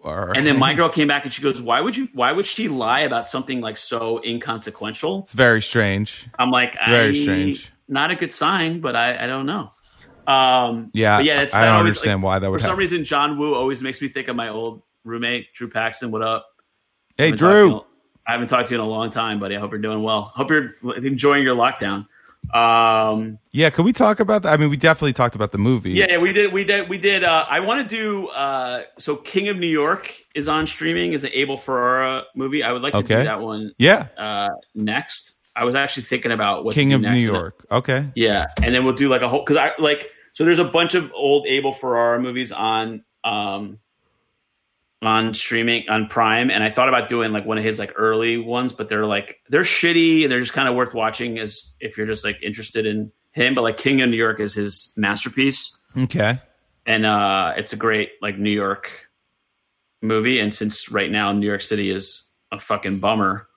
S8: All right.
S7: and then my girl came back and she goes, "Why would you? Why would she lie about something like so inconsequential?"
S8: it's very strange.
S7: I'm like,
S8: very
S7: I-
S8: strange.
S7: Not a good sign, but I, I don't know. Um,
S8: Yeah,
S7: but
S8: I-
S7: that's-
S8: I don't
S7: always,
S8: understand why that would
S7: For some
S8: happen.
S7: reason, John Woo always makes me think of my old roommate Drew Paxton. What up?
S8: Hey,
S7: Haven't talked to you in
S8: Drew.
S7: a- I haven't talked to you in a long time, buddy. I hope you're doing well. Hope you're enjoying your lockdown. Um,
S8: Yeah, can we talk about that? I mean, we definitely talked about the movie.
S7: yeah, yeah, we did. We did. We did. Uh, I want to do. Uh, so, King of New York is on streaming. Is an Abel Ferrara movie. I would like to
S8: Okay.
S7: do that one
S8: Yeah.
S7: uh, next. I was actually thinking about what to
S8: King
S7: do
S8: of
S7: next.
S8: New York. Okay.
S7: Yeah, and then we'll do like a whole because I like so there's a bunch of old Abel Ferrara movies on um on streaming on Prime, and I thought about doing like one of his like early ones, but they're like they're shitty and they're just kind of worth watching as if you're just like interested in him. But like King of New York is his masterpiece,
S8: Okay.
S7: and uh it's a great like New York movie. And since right now New York City is a fucking bummer,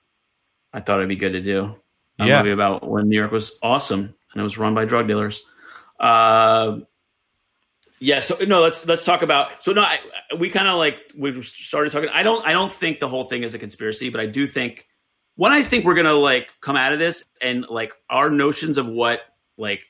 S7: I thought it'd be good to do a
S8: Yeah.
S7: movie about when New York was awesome and it was run by drug dealers. Uh, yeah, so no, let's let's talk about. So no, I, we kind of like we started talking. I don't I don't think the whole thing is a conspiracy, but I do think what I think we're gonna like come out of this and like our notions of what like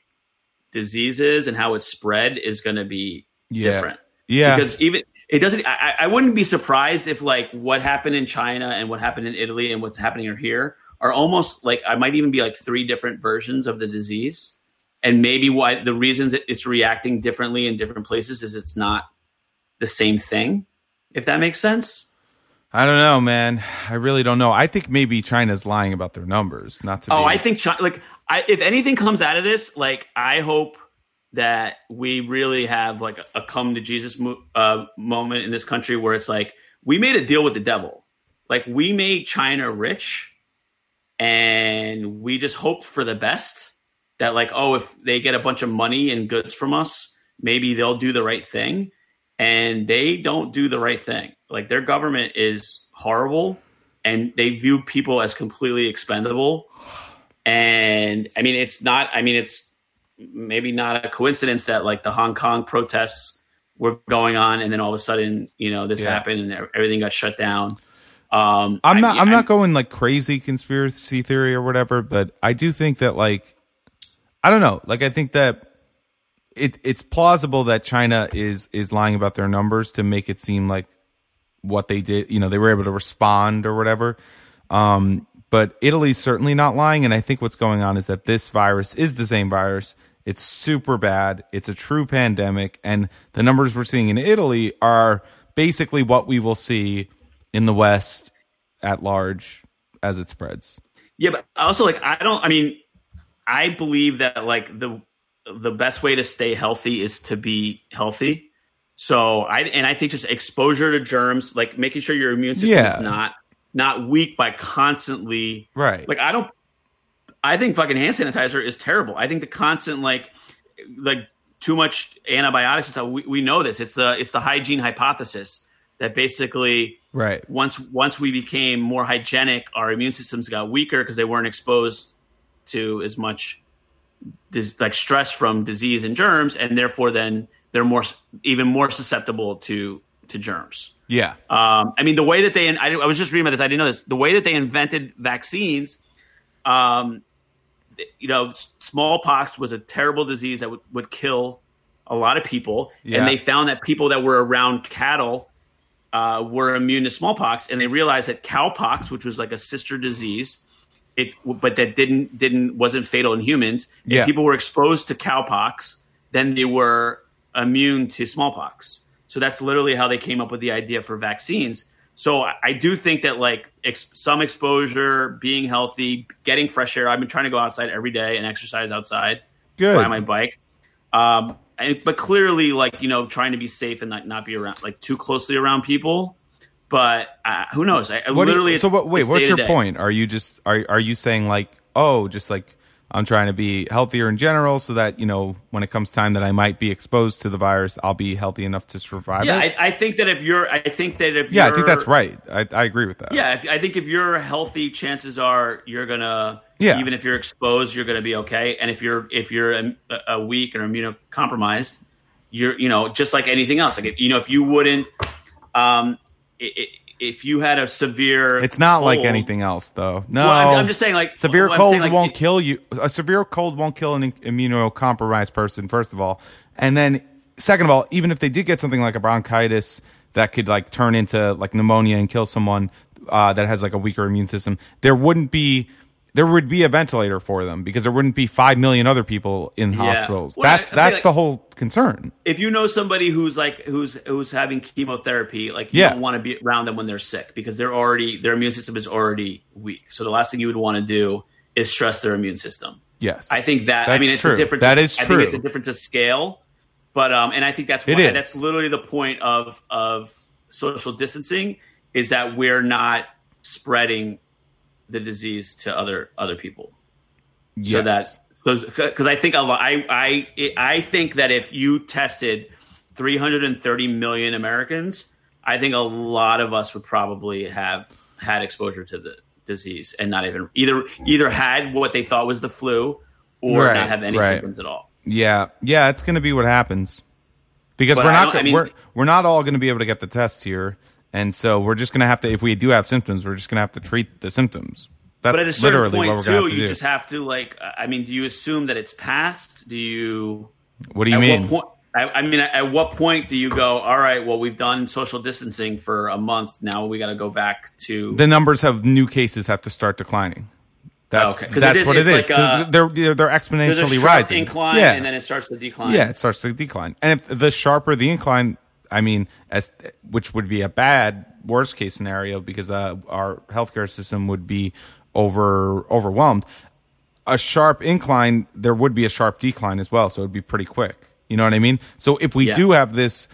S7: disease is and how it's spread is gonna be
S8: Yeah.
S7: different
S8: Yeah.
S7: because even it doesn't I, I wouldn't be surprised if like what happened in china and what happened in italy and what's happening here are almost like i might even be like three different versions of the disease and maybe why the reasons it- it's reacting differently in different places is it's not the same thing if that makes sense
S8: I don't know, man. I really don't know. I think maybe China's lying about their numbers. Not to
S7: oh
S8: be
S7: i think china like I, if anything comes out of this like i hope that we really have like a, a come to jesus mo- uh, moment in this country where it's like we made a deal with the devil like we made china rich and we just hoped for the best that like oh if they get a bunch of money and goods from us maybe they'll do the right thing and they don't do the right thing like their government is horrible and they view people as completely expendable and i mean it's not i mean it's maybe not a coincidence that like the hong kong protests were going on, and then all of a sudden, you know, this
S8: Yeah.
S7: happened, and everything got shut down. Um,
S8: I'm not.
S7: I,
S8: I, am not going like crazy conspiracy theory or whatever, but I do think that like, I don't know. Like, I think that it it's plausible that China is is lying about their numbers to make it seem like what they did. You know, they were able to respond or whatever. Um, but Italy's certainly not lying, and I think what's going on is that this virus is the same virus. It's super bad. It's a true pandemic, and the numbers we're seeing in Italy are basically what we will see in the West at large as it spreads.
S7: Yeah, but also like I don't. I mean, I believe that like the the best way to stay healthy is to be healthy. So I and I think just exposure to germs, like making sure your immune system
S8: Yeah.
S7: is not not weak by constantly
S8: Right.
S7: like I don't. I think fucking hand sanitizer is terrible. I think the constant like like too much antibiotics and stuff. We, we know this. It's the it's the hygiene hypothesis that basically
S8: right.
S7: once once we became more hygienic, our immune systems got weaker because they weren't exposed to as much dis- like stress from disease and germs, and therefore then they're more s- even more susceptible to to germs.
S8: Yeah.
S7: Um, I mean, the way that they, I, I was just reading about this, I didn't know this. The way that they invented vaccines, um, th- you know, s- smallpox was a terrible disease that would, would kill a lot of people.
S8: Yeah.
S7: And they found that people that were around cattle uh, were immune to smallpox. And they realized that cowpox, which was like a sister disease, it, but that didn't didn't wasn't fatal in humans. If
S8: Yeah.
S7: people were exposed to cowpox, then they were immune to smallpox. So that's literally how they came up with the idea for vaccines. So I, I do think that like ex- some exposure, being healthy, getting fresh air. I've been trying to go outside every day and exercise outside,
S8: Good.
S7: ride my bike. Um, and, but clearly, like you know, trying to be safe and not, not be around like too closely around people. But uh, who knows? I, I
S8: What do you-
S7: literally,
S8: so what, wait,
S7: it's
S8: what's your
S7: day-to-day.
S8: point? Are you just are are you saying like, oh, just like I'm trying to be healthier in general so that, you know, when it comes time that I might be exposed to the virus, I'll be healthy enough to survive
S7: Yeah,
S8: it?
S7: I, I think that if you're, I think that if
S8: yeah, I
S7: you're,
S8: think that's right. I, I agree with that.
S7: Yeah, if, I think if you're healthy, chances are you're gonna.
S8: Yeah.
S7: Even if you're exposed, you're gonna be okay. And if you're if you're um, a, a weak or immunocompromised, you're you know just like anything else. Like if, you know if you wouldn't, um, i- i- if you had a severe,
S8: It's not like
S7: cold-
S8: anything else though. No.
S7: Well, I'm, I'm just saying like
S8: Severe
S7: what I'm
S8: cold
S7: saying, like,
S8: won't
S7: it-
S8: kill you. A severe cold won't kill an immunocompromised person, first of all. And then, second of all, even if they did get something like a bronchitis that could like turn into like pneumonia and kill someone uh, that has like a weaker immune system, there wouldn't be. There would be a ventilator for them because there wouldn't be five million other people in hospitals.
S7: Well, I-
S8: that's
S7: I feel
S8: that's
S7: like-
S8: the whole concern.
S7: if you know somebody who's like who's who's having chemotherapy, like you
S8: Yeah.
S7: don't want to be around them when they're sick because they're already their immune system is already weak. So the last thing you would want to do is stress their immune system.
S8: Yes,
S7: I think that I
S8: That's
S7: mean it's
S8: true.
S7: a difference.
S8: That is
S7: I
S8: true.
S7: think it's a difference of scale, but um, and I think that's
S8: It
S7: why,
S8: is.
S7: that's literally the point of of social distancing is that we're not spreading the disease to other other people
S8: yes.
S7: so that because I think a lot, I I I think that if you tested 330 million Americans, I think a lot of us would probably have had exposure to the disease and not even either either had what they thought was the flu or
S8: Right,
S7: not have any
S8: right.
S7: symptoms at all.
S8: Yeah, yeah, it's going to be what happens because
S7: But
S8: we're
S7: I
S8: not
S7: don't-
S8: go-
S7: I mean-
S8: we're we're not all going to be able to get the tests here, and so we're just going to have to if we do have symptoms, we're just going to have to treat the symptoms. That's
S7: But at a certain
S8: literally what
S7: point
S8: we're going
S7: too,
S8: to
S7: you
S8: do.
S7: just have to like. uh, I mean, do you assume that it's passed? Do you?
S8: what do you
S7: at
S8: mean?
S7: What point, I, I mean, at what point do you go? All right, well, we've done social distancing for a month. Now we got to go back to
S8: the numbers of new cases have to start declining. That's,
S7: Oh, Okay. 'Cause it
S8: that's
S7: is-
S8: what it
S7: it's
S8: is.
S7: like
S8: 'Cause
S7: a-
S8: they're, they're they're exponentially
S7: there's a sharp
S8: rising.
S7: incline
S8: yeah.
S7: and then it starts to decline.
S8: Yeah, it starts to decline. And if the sharper the incline, I mean, as which would be a bad worst case scenario because uh, our healthcare system would be over overwhelmed. A sharp incline, there would be a sharp decline as well, so it'd be pretty quick. You know what I mean? So if we
S7: Yeah.
S8: do have this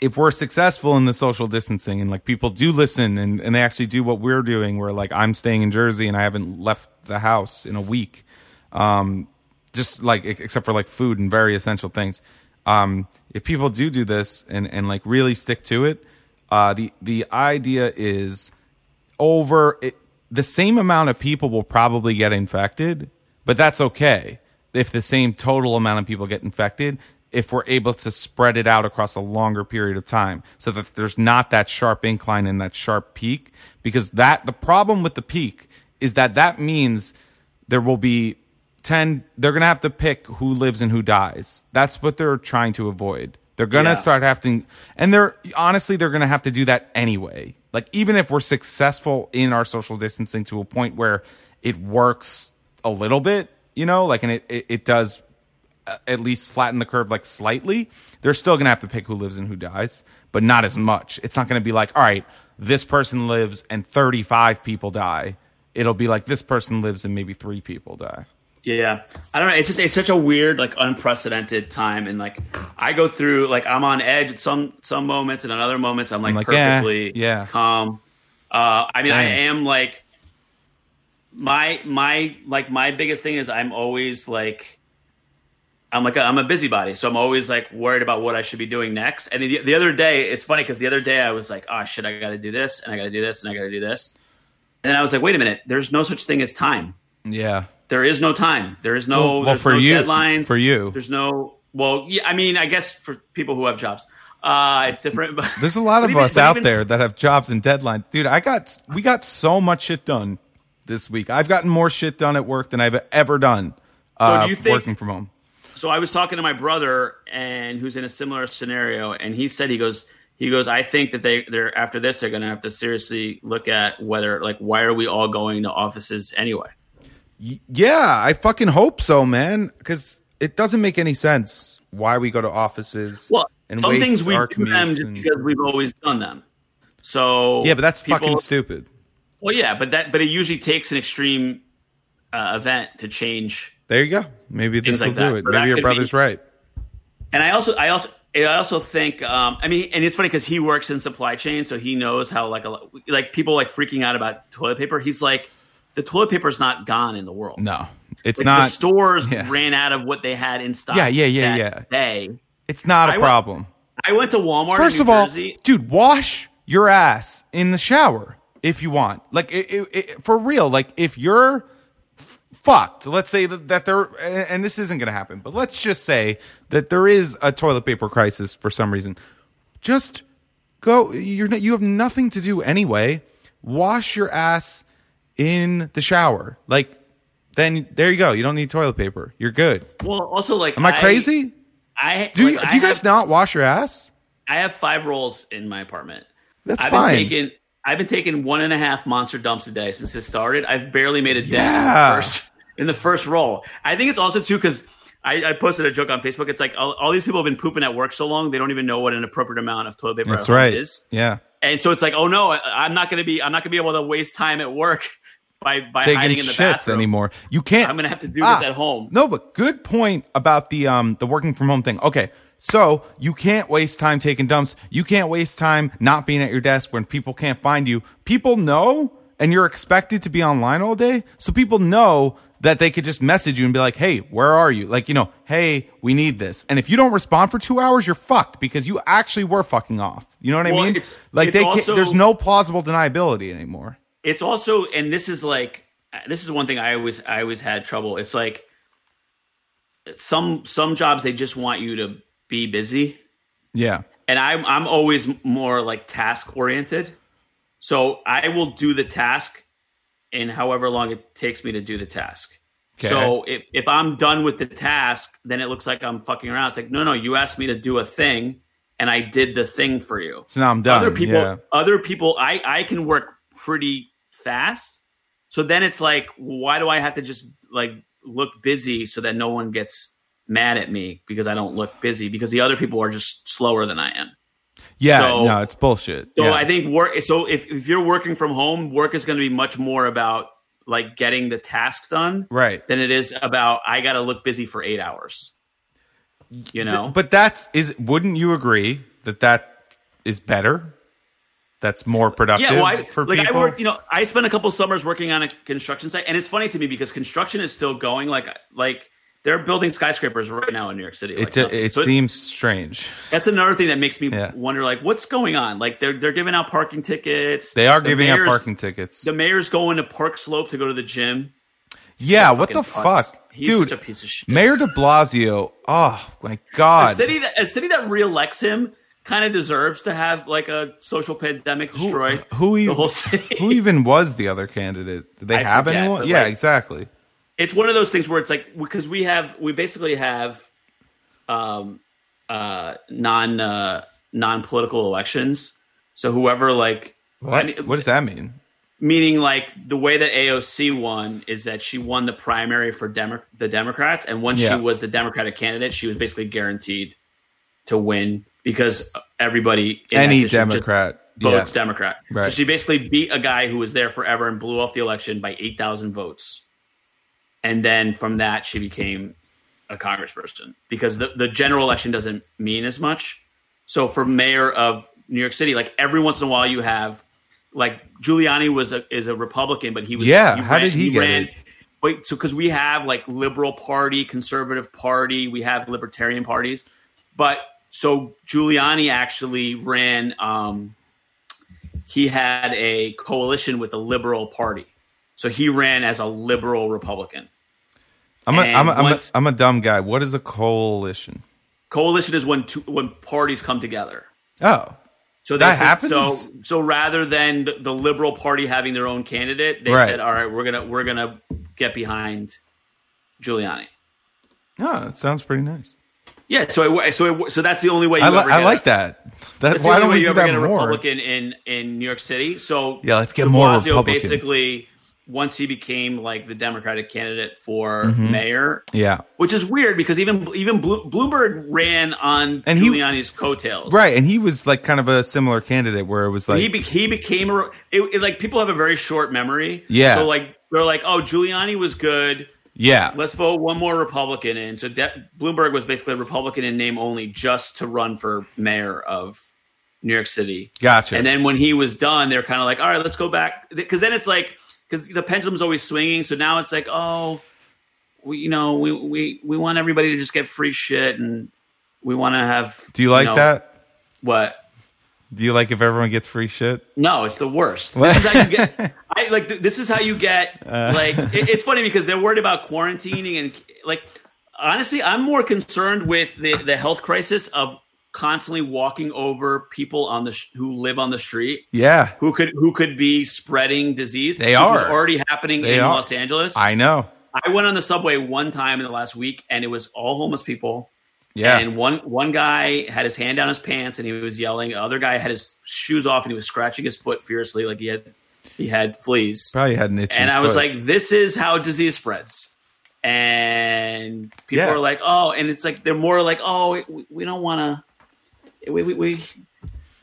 S8: if we're successful in the social distancing and like people do listen and, and they actually do what we're doing where like i'm staying in jersey and i haven't left the house in a week um just like ex- except for like food and very essential things um if people do do this and and like really stick to it uh the the idea is over it, the same amount of people will probably get infected, but that's okay if the same total amount of people get infected. if we're able to spread it out across a longer period of time so that there's not that sharp incline and that sharp peak because that the problem with the peak is that that means there will be 10 they're going to have to pick who lives and who dies that's what they're trying to avoid they're going to
S7: Yeah.
S8: start having and they're honestly they're going to have to do that anyway like even if we're successful in our social distancing to a point where it works a little bit you know like and it it, it does uh, at least flatten the curve like slightly they're still going to have to pick who lives and who dies but not as much it's not going to be like all right this person lives and 35 people die it'll be like this person lives and maybe 3 people die
S7: Yeah, I don't know. It's just it's such a weird, like unprecedented time, and like I go through like I'm on edge at some some moments, and on other moments I'm like,
S8: like, yeah,
S7: perfectly
S8: yeah.
S7: calm. Uh, I mean, I
S8: Same.
S7: am like my my like my biggest thing is I'm always like I'm like a, I'm a busybody, so I'm always like worried about what I should be doing next. And the, the other day, it's funny because the other day I was like, oh shit, I got to do this, and I got to do this, and I got to do this, and then I was like, wait a minute, there's no such thing as time
S8: yeah
S7: there is no time. There is no
S8: Well- well,
S7: Oh, there's
S8: for
S7: no
S8: you-
S7: deadline
S8: for you.
S7: There's no well. Yeah, I mean, I guess for people who have jobs, uh, it's different. But
S8: There's a lot
S7: but
S8: of
S7: even-
S8: us
S7: but
S8: out
S7: even-
S8: there that have jobs and deadlines. Dude, I got we got so much shit done this week. I've gotten more shit done at work than I've e-, ever done uh,
S7: you think-
S8: working from home.
S7: So I was talking to my brother and who's in a similar scenario, and he said he goes he goes I think that they they're after this they're going to have to seriously look at whether like why are we all going to offices anyway?
S8: Yeah, I fucking hope so, man, cuz it doesn't make any sense why we go to offices
S7: Well,
S8: and
S7: some
S8: waste
S7: things we
S8: our
S7: do them
S8: commutes
S7: just
S8: and-
S7: because we've always done them. So
S8: Yeah, but that's
S7: people-
S8: fucking stupid.
S7: Well, yeah, but that but it usually takes an extreme uh, event to change
S8: There you go. Maybe this
S7: Things
S8: will
S7: like
S8: do
S7: that.
S8: it.
S7: But
S8: Maybe
S7: that
S8: your
S7: could
S8: brother's
S7: be-
S8: right.
S7: and I also, I also, I also think, um, I mean, and it's funny because he works in supply chain, so he knows how like a lo- like people like freaking out about toilet paper. He's like, the toilet paper's not gone in the world.
S8: No. It's
S7: Like, the
S8: not
S7: stores
S8: yeah.
S7: ran out of what they had in stock.
S8: Yeah, yeah, yeah,
S7: that Day.
S8: it's not a
S7: I went-
S8: problem.
S7: I went to Walmart.
S8: First
S7: in
S8: of
S7: New
S8: all,
S7: Jersey.
S8: dude, wash your ass in the shower if you want. Like, it, it, it, for real. Like, if you're f- fucked, let's say that, that there, and and this isn't going to happen, but let's just say that there is a toilet paper crisis for some reason. Just go. You're not, you have nothing to do anyway. Wash your ass in the shower. Like, then there you go. You don't need toilet paper. You're good.
S7: well, also like,
S8: Am I crazy?
S7: I
S8: Do you,
S7: like, I
S8: do you guys
S7: have-
S8: not wash your ass?
S7: I have five rolls in my apartment.
S8: That's
S7: I've
S8: fine.
S7: Been taking, I've been taking one and a half monster dumps a day since this started. I've barely made a dent
S8: Yeah.
S7: in, the first, in the first roll. I think it's also too because I, I posted a joke on Facebook. It's like all, all these people have been pooping at work so long they don't even know what an appropriate amount of toilet paper
S8: That's
S7: at home
S8: right.
S7: is.
S8: Yeah.
S7: And so it's like, oh no, I, I'm not gonna be I'm not gonna be able to waste time at work by by
S8: taking
S7: hiding in the
S8: shits
S7: bathroom
S8: anymore. You can't. Ah.
S7: I'm gonna have to do this at home.
S8: No, but good point about the um the working from home thing. Okay, so you can't waste time taking dumps. You can't waste time not being at your desk when people can't find you. People know, and you're expected to be online all day, so people know that they could just message you and be like, "Hey, where are you?" Like you know, "Hey, we need this." And if you don't respond for two hours, you're fucked because you actually were fucking off. You know what
S7: Well,
S8: I mean?
S7: it's-
S8: Like
S7: it's
S8: they can't,
S7: also-
S8: there's no plausible deniability anymore.
S7: it's also and this is like this is one thing i always i always had trouble it's like some some jobs they just want you to be busy
S8: Yeah.
S7: and i'm i'm always more like task oriented so i will do the task in however long it takes me to do the task so if, if i'm done with the task then it looks like i'm fucking around it's like no no you asked me to do a thing and i did the thing for you
S8: So now I'm done.
S7: other people
S8: Yeah.
S7: other people I, I can work pretty fast so then it's like why do i have to just like look busy so that no one gets mad at me because i don't look busy because the other people are just slower than i am
S8: Yeah,
S7: So-
S8: no, it's bullshit.
S7: so
S8: yeah.
S7: i think work so if, if you're working from home work is going to be much more about like getting the tasks done
S8: right.
S7: than it is about i gotta look busy for eight hours you know
S8: But that's is wouldn't you agree that that is better? That's more productive
S7: yeah, well, I,
S8: for
S7: like
S8: people.
S7: I worked, you know, I spent a couple summers working on a construction site, and it's funny to me because construction is still going. Like, like they're building skyscrapers right now in New York City.
S8: it
S7: like
S8: ju-
S7: nothing.
S8: it
S7: So
S8: seems strange.
S7: that's another thing that makes me
S8: Yeah.
S7: wonder, like, what's going on? Like, they're they're giving out parking tickets.
S8: They are
S7: The
S8: giving out
S7: mayor's-
S8: parking tickets.
S7: The mayor's going to Park Slope to go to the gym.
S8: yeah, what the
S7: fucking putts.
S8: fuck?
S7: He's
S8: Dude,
S7: such a piece of shit.
S8: Mayor De Blasio. Oh my
S7: a
S8: God.
S7: city that a city that reelects him kind of deserves to have like a social pandemic destroy
S8: who
S7: the
S8: even-
S7: whole city.
S8: Who even was the other candidate? Did they
S7: I
S8: have
S7: forget,
S8: anyone?
S7: but,
S8: Yeah,
S7: like-
S8: exactly.
S7: it's one of those things where it's like because we have we basically have um uh non uh non political elections. So whoever like
S8: What?
S7: mean-
S8: what does that mean?
S7: meaning like the way that AOC won is that she won the primary for Demo- the Democrats, and once
S8: Yeah.
S7: she was the Democratic candidate, she was basically guaranteed to win because everybody in that
S8: Any
S7: district just
S8: Democrat.
S7: votes
S8: yeah.
S7: Democrat. So
S8: Right.
S7: she basically beat a guy who was there forever and blew off the election by eight thousand votes, and then from that she became a congressperson because the, the general election doesn't mean as much. So for mayor of New York City, like every once in a while you have like Giuliani was a is a Republican, but he was
S8: Yeah,
S7: he
S8: how did he get it?
S7: Wait, so because we have like liberal party, conservative party, we have libertarian parties, but so Giuliani actually ran. Um, he had a coalition with the liberal party, so he ran as a liberal Republican.
S8: I'm a,
S7: and
S8: I'm, a, I'm, a,
S7: once-
S8: I'm a dumb guy. What is a coalition?
S7: Coalition is when two, when parties come together.
S8: Oh,
S7: So
S8: That
S7: they said- So
S8: happens?
S7: so rather than the, the Liberal Party having their own candidate, they
S8: Right.
S7: said, "All right, we're gonna we're gonna get behind Giuliani."
S8: oh, it sounds pretty nice.
S7: Yeah. So it, wa- so it, wa- so that's the only way. You
S8: I, li-
S7: ever get
S8: I
S7: a-
S8: like that. That
S7: That's
S8: why
S7: the only
S8: don't
S7: way
S8: we
S7: you
S8: do
S7: ever
S8: that
S7: get a
S8: more?
S7: Republican in in New York City? So
S8: Yeah, let's get
S7: de
S8: more
S7: Blasio
S8: Republicans.
S7: Basically, once he became like the Democratic candidate for
S8: Mm-hmm.
S7: mayor,
S8: Yeah,
S7: which is weird because even even Blo- Bloomberg ran on
S8: And he-
S7: Giuliani's coattails,
S8: right. And he was like kind of a similar candidate where it was like
S7: he be- he became a it, it, like people have a very short memory.
S8: Yeah.
S7: So like they're like, oh, Giuliani was good.
S8: yeah,
S7: Let's vote one more Republican in. So De- Bloomberg was basically a Republican in name only, just to run for mayor of New York City.
S8: gotcha.
S7: And then when he was done, they're kind of like, all right, let's go back. Because then it's like, because the pendulum's always swinging. So now it's like, oh, we, you know, we, we, we want everybody to just get free shit and we want to have.
S8: do you like
S7: know,
S8: that?
S7: What?
S8: Do you like if everyone gets free shit?
S7: No, it's the worst. This is how you get. I like. th- This is how you get. Like, it, it's funny because they're worried about quarantining and like. Honestly, I'm more concerned with the the health crisis of constantly walking over people on the sh- who live on the street
S8: Yeah,
S7: who could who could be spreading disease.
S8: They
S7: which was
S8: are.
S7: already happening
S8: They
S7: in
S8: are.
S7: Los Angeles. I,
S8: I know.
S7: went on the subway one time in the last week, and it was all homeless people.
S8: Yeah,
S7: And one one guy had his hand down his pants, and he was yelling. The other guy had his shoes off, and he was scratching his foot furiously, like he had he had fleas.
S8: probably had an itch.
S7: And I was like, "This is how disease spreads." And people
S8: Yeah.
S7: are like, "Oh," and it's like they're more like, "Oh, we, we don't want to." We, we, we, we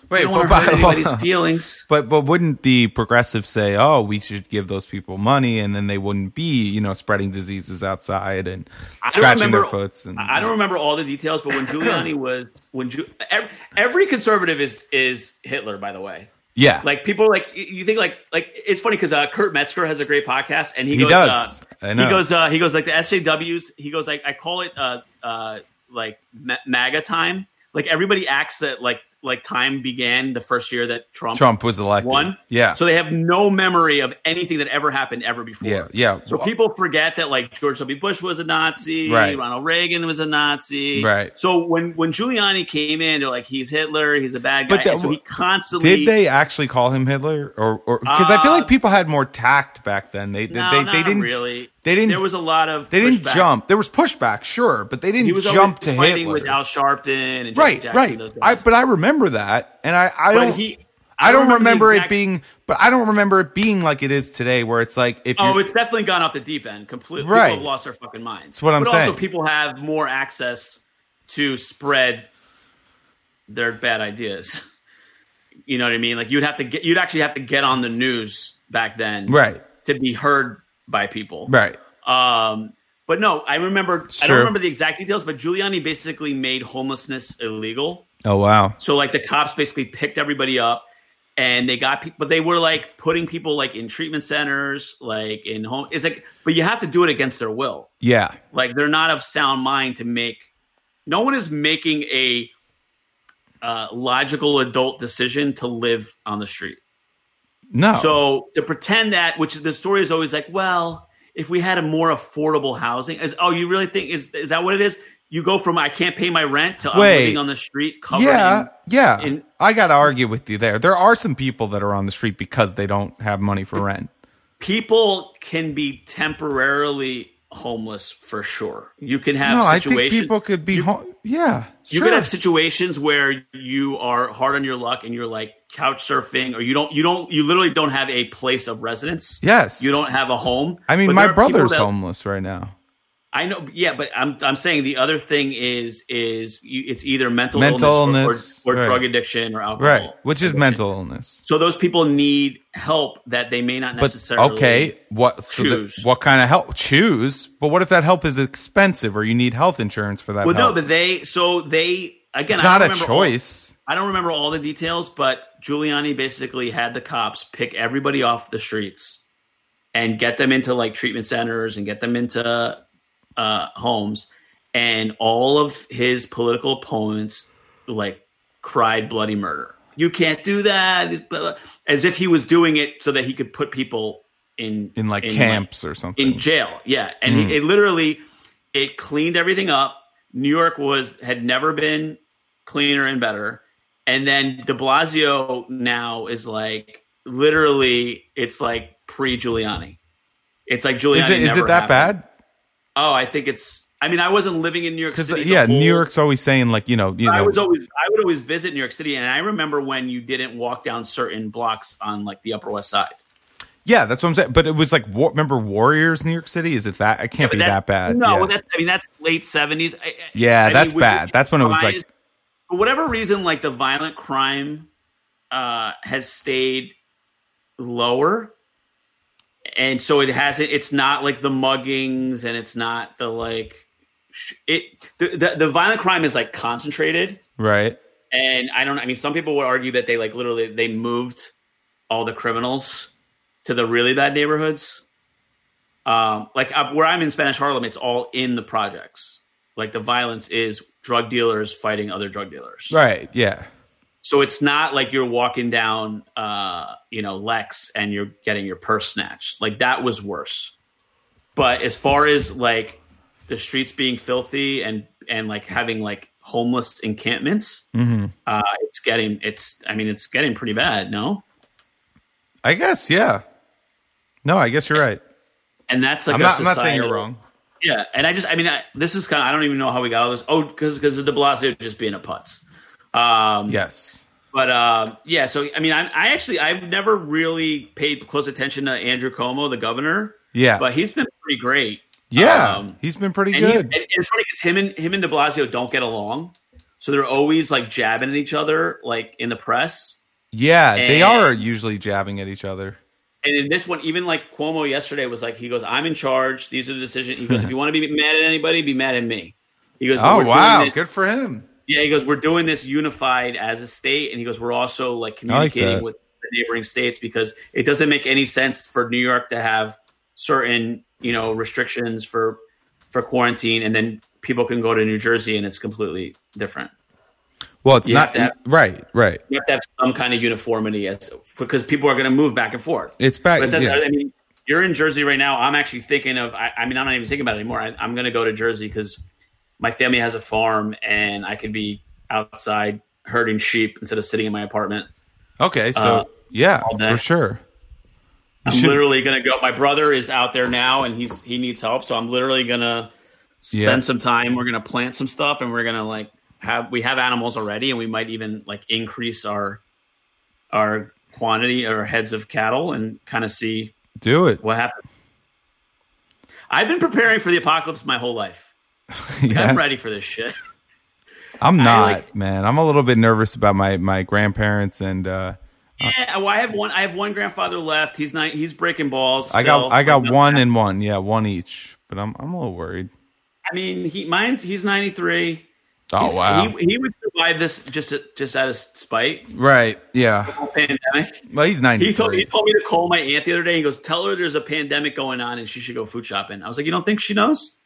S8: wait,
S7: don't want to
S8: but-
S7: hurt anybody's feelings.
S8: But but wouldn't the progressives say, oh, we should give those people money, and then they wouldn't be, you know, spreading diseases outside and
S7: don't
S8: scratching their
S7: remember-
S8: foots? And
S7: I I don't remember all the details, but when Giuliani was when Ju- every, every conservative is is Hitler, by the way.
S8: yeah,
S7: Like people are like you think like like it's funny because uh, Kurt Metzger has a great podcast and he,
S8: He
S7: goes
S8: does.
S7: uh,
S8: I know.
S7: he goes uh, he goes like the SJWs he goes like I call it uh uh like ma- MAGA time like everybody acts that like like time began the first year that Trump
S8: Trump was elected.
S7: won
S8: Yeah,
S7: so they have no memory of anything that ever happened ever before
S8: yeah, yeah.
S7: so
S8: Well,
S7: people forget that like George W. Bush was a Nazi,
S8: Right.
S7: Ronald Reagan was a Nazi,
S8: Right.
S7: So when when Giuliani came in, they're like, he's Hitler, he's a bad guy.
S8: But that-
S7: and so he constantly
S8: Did they actually call him Hitler, or or because I feel
S7: Uh,
S8: like people had more tact back then. They
S7: No,
S8: they, they,
S7: not
S8: they didn't
S7: really.
S8: they didn't-
S7: There was a lot of
S8: they didn't
S7: pushback.
S8: jump. There was pushback, sure, but they didn't
S7: He was always
S8: jump to
S7: fighting
S8: Hitler.
S7: with Al Sharpton and Jesse
S8: right,
S7: Jackson,
S8: right.
S7: those guys.
S8: I but I remember that, and I I
S7: But
S8: don't.
S7: he-
S8: I don't remember,
S7: the
S8: it
S7: exact-
S8: being, but I don't remember it being like it is today, where it's like if
S7: Oh,
S8: you,
S7: it's definitely gone off the deep end. Completely,
S8: Right.
S7: people have lost their fucking minds.
S8: That's what I'm
S7: but
S8: saying.
S7: also, people have more access to spread their bad ideas. You know what I mean? Like you'd have to get, you'd actually have to get on the news back then,
S8: right,
S7: to be heard by people,
S8: right,
S7: Um, but no, I remember. I
S8: Sure.
S7: don't remember the exact details, but Giuliani basically made homelessness illegal.
S8: oh wow,
S7: So like the cops basically picked everybody up and they got people but they were like putting people like in treatment centers, like in home it's like but you have to do it against their will.
S8: yeah,
S7: Like they're not of sound mind to make no one is making a uh, logical adult decision to live on the street.
S8: no, Oh.
S7: So to pretend that, which the story is always like, well, if we had a more affordable housing, is oh, you really think is is that what it is? You go from I can't pay my rent to
S8: Wait.
S7: I'm living on the street covered
S8: Yeah,
S7: in
S8: yeah.
S7: in-
S8: I got to argue with you there. There are some people that are on the street because they don't have money for rent.
S7: people can be temporarily homeless for sure. You can have
S8: No, I think
S7: situations.
S8: people could be home. Yeah,
S7: you
S8: sure.
S7: could have situations where you are hard on your luck and you're like couch surfing, or you don't, you don't, you literally don't have a place of residence.
S8: Yes.
S7: you don't have a home.
S8: I mean,
S7: But
S8: my
S7: there are people
S8: brother's
S7: that-
S8: homeless right now.
S7: I know, yeah, but I'm I'm saying the other thing is is you, it's either mental,
S8: Mental
S7: illness, or- or,
S8: illness,
S7: drug
S8: right.
S7: addiction or alcohol,
S8: Right, which is mental illness.
S7: So those people need help that they may not
S8: But
S7: necessarily.
S8: okay, what so the-
S7: choose.
S8: what kind of help choose? But what if that help is expensive or you need health insurance for that
S7: Well, no,
S8: help?
S7: but they so they again.
S8: it's
S7: I
S8: not
S7: don't
S8: a
S7: remember all-
S8: choice.
S7: I don't remember all the details, but Giuliani basically had the cops pick everybody off the streets and get them into like treatment centers and get them into uh, homes. And all of his political opponents like cried bloody murder. You can't do that. This- blah, blah. As if he was doing it so that he could put people in
S8: in like camps or something.
S7: in jail. Yeah, and
S8: Hmm.
S7: he, it literally it cleaned everything up. New York was had never been cleaner and better. And then De Blasio now is like literally it's like pre Giuliani. It's like Giuliani.
S8: is it is
S7: never
S8: it that
S7: happened.
S8: bad?
S7: Oh, I think it's. I mean, I wasn't living in New York
S8: Because
S7: City. the
S8: yeah,
S7: whole-
S8: New York's always saying like you know you
S7: I
S8: know
S7: was always I would always visit New York City, and I remember when you didn't walk down certain blocks on like the Upper West Side.
S8: yeah that's what I'm saying. But it was like wa- remember Warriors New York City? Is it that? It can't be
S7: But
S8: that, bad.
S7: No,
S8: yeah.
S7: that's I mean that's late seventies.
S8: Yeah, that's bad. That's when it was like-
S7: for whatever reason, like the violent crime uh, has stayed lower, and so it hasn't. It's not like the muggings, and it's not the like sh- it. The, the the violent crime is like concentrated,
S8: right.
S7: and I don't. I mean, some people would argue that they like literally they moved all the criminals to the really bad neighborhoods. Um, like up where I'm in Spanish Harlem, it's all in the projects. Like the violence is drug dealers fighting other drug dealers.
S8: Right. Yeah.
S7: So it's not like you're walking down, uh, you know, Lex and you're getting your purse snatched. Like that was worse. But as far as like the streets being filthy and and like having like homeless encampments,
S8: Mm-hmm.
S7: uh, it's getting it's. I mean, it's getting pretty bad. No,
S8: I guess. Yeah. No, I guess you're right.
S7: and that's like
S8: I'm
S7: a
S8: not. I'm not saying you're
S7: societal-
S8: wrong.
S7: Yeah, and I just, I mean, I, this is kind of, I don't even know how we got all this. Oh, because because of De Blasio just being a putz. Um,
S8: Yes.
S7: But um, yeah, so I mean, I, I actually I've never really paid close attention to Andrew Cuomo, the governor.
S8: Yeah.
S7: but he's been pretty great.
S8: yeah.
S7: um,
S8: he's been pretty
S7: And, he's,
S8: good.
S7: and it's funny because him and him and De Blasio don't get along, so they're always like jabbing at each other, like in the press.
S8: yeah. They
S7: and-
S8: are usually jabbing at each other.
S7: And in this one, even like Cuomo yesterday was like, he goes, "I'm in charge. These are the decisions." He goes, "If you want to be mad at anybody, be mad at me." He goes, "But we're
S8: Oh
S7: doing
S8: wow,
S7: this-
S8: good for him.
S7: Yeah, he goes, we're doing this unified as a state, and he goes, we're also like
S8: like
S7: communicating
S8: that.
S7: with the neighboring states because it doesn't make any sense for New York to have certain you know restrictions for for quarantine, and then people can go to New Jersey and it's completely different.
S8: Well, it's
S7: You
S8: not
S7: have
S8: right. Right.
S7: You have to have some kind of uniformity as because people are going to move back and forth.
S8: It's back-
S7: But that's-
S8: yeah.
S7: I mean, you're in Jersey right now. I'm actually thinking of. I, I mean, I'm not even thinking about it anymore. I, I'm going to go to Jersey because my family has a farm and I could be outside herding sheep instead of sitting in my apartment.
S8: Okay. So
S7: Uh,
S8: yeah,
S7: day.
S8: for sure. You
S7: I'm
S8: should-
S7: literally going to go. My brother is out there now and he's he needs help, so I'm literally going to
S8: yeah.
S7: spend some time. We're going to plant some stuff and we're going to like have we have animals already and we might even like increase our our quantity or heads of cattle and kind of see
S8: Do it.
S7: What happened? I've been preparing for the apocalypse my whole life.
S8: Yeah.
S7: I'm ready for this shit.
S8: I'm not,
S7: like-
S8: man. I'm a little bit nervous about my my grandparents and uh
S7: Yeah, well, I have one. I have one grandfather left. He's not. He's breaking balls.
S8: I got
S7: still.
S8: I got
S7: Like,
S8: one and one. Yeah, one each. But I'm I'm a little worried.
S7: I mean, he mine's. He's 93.
S8: Oh
S7: He's- He, he would survive this just just out of spite.
S8: right. Yeah.
S7: Whole pandemic.
S8: Well, he's 93.
S7: He told, he told me to call my aunt the other day. He goes, "Tell her there's a pandemic going on and she should go food shopping." I was like, "You don't think she knows?"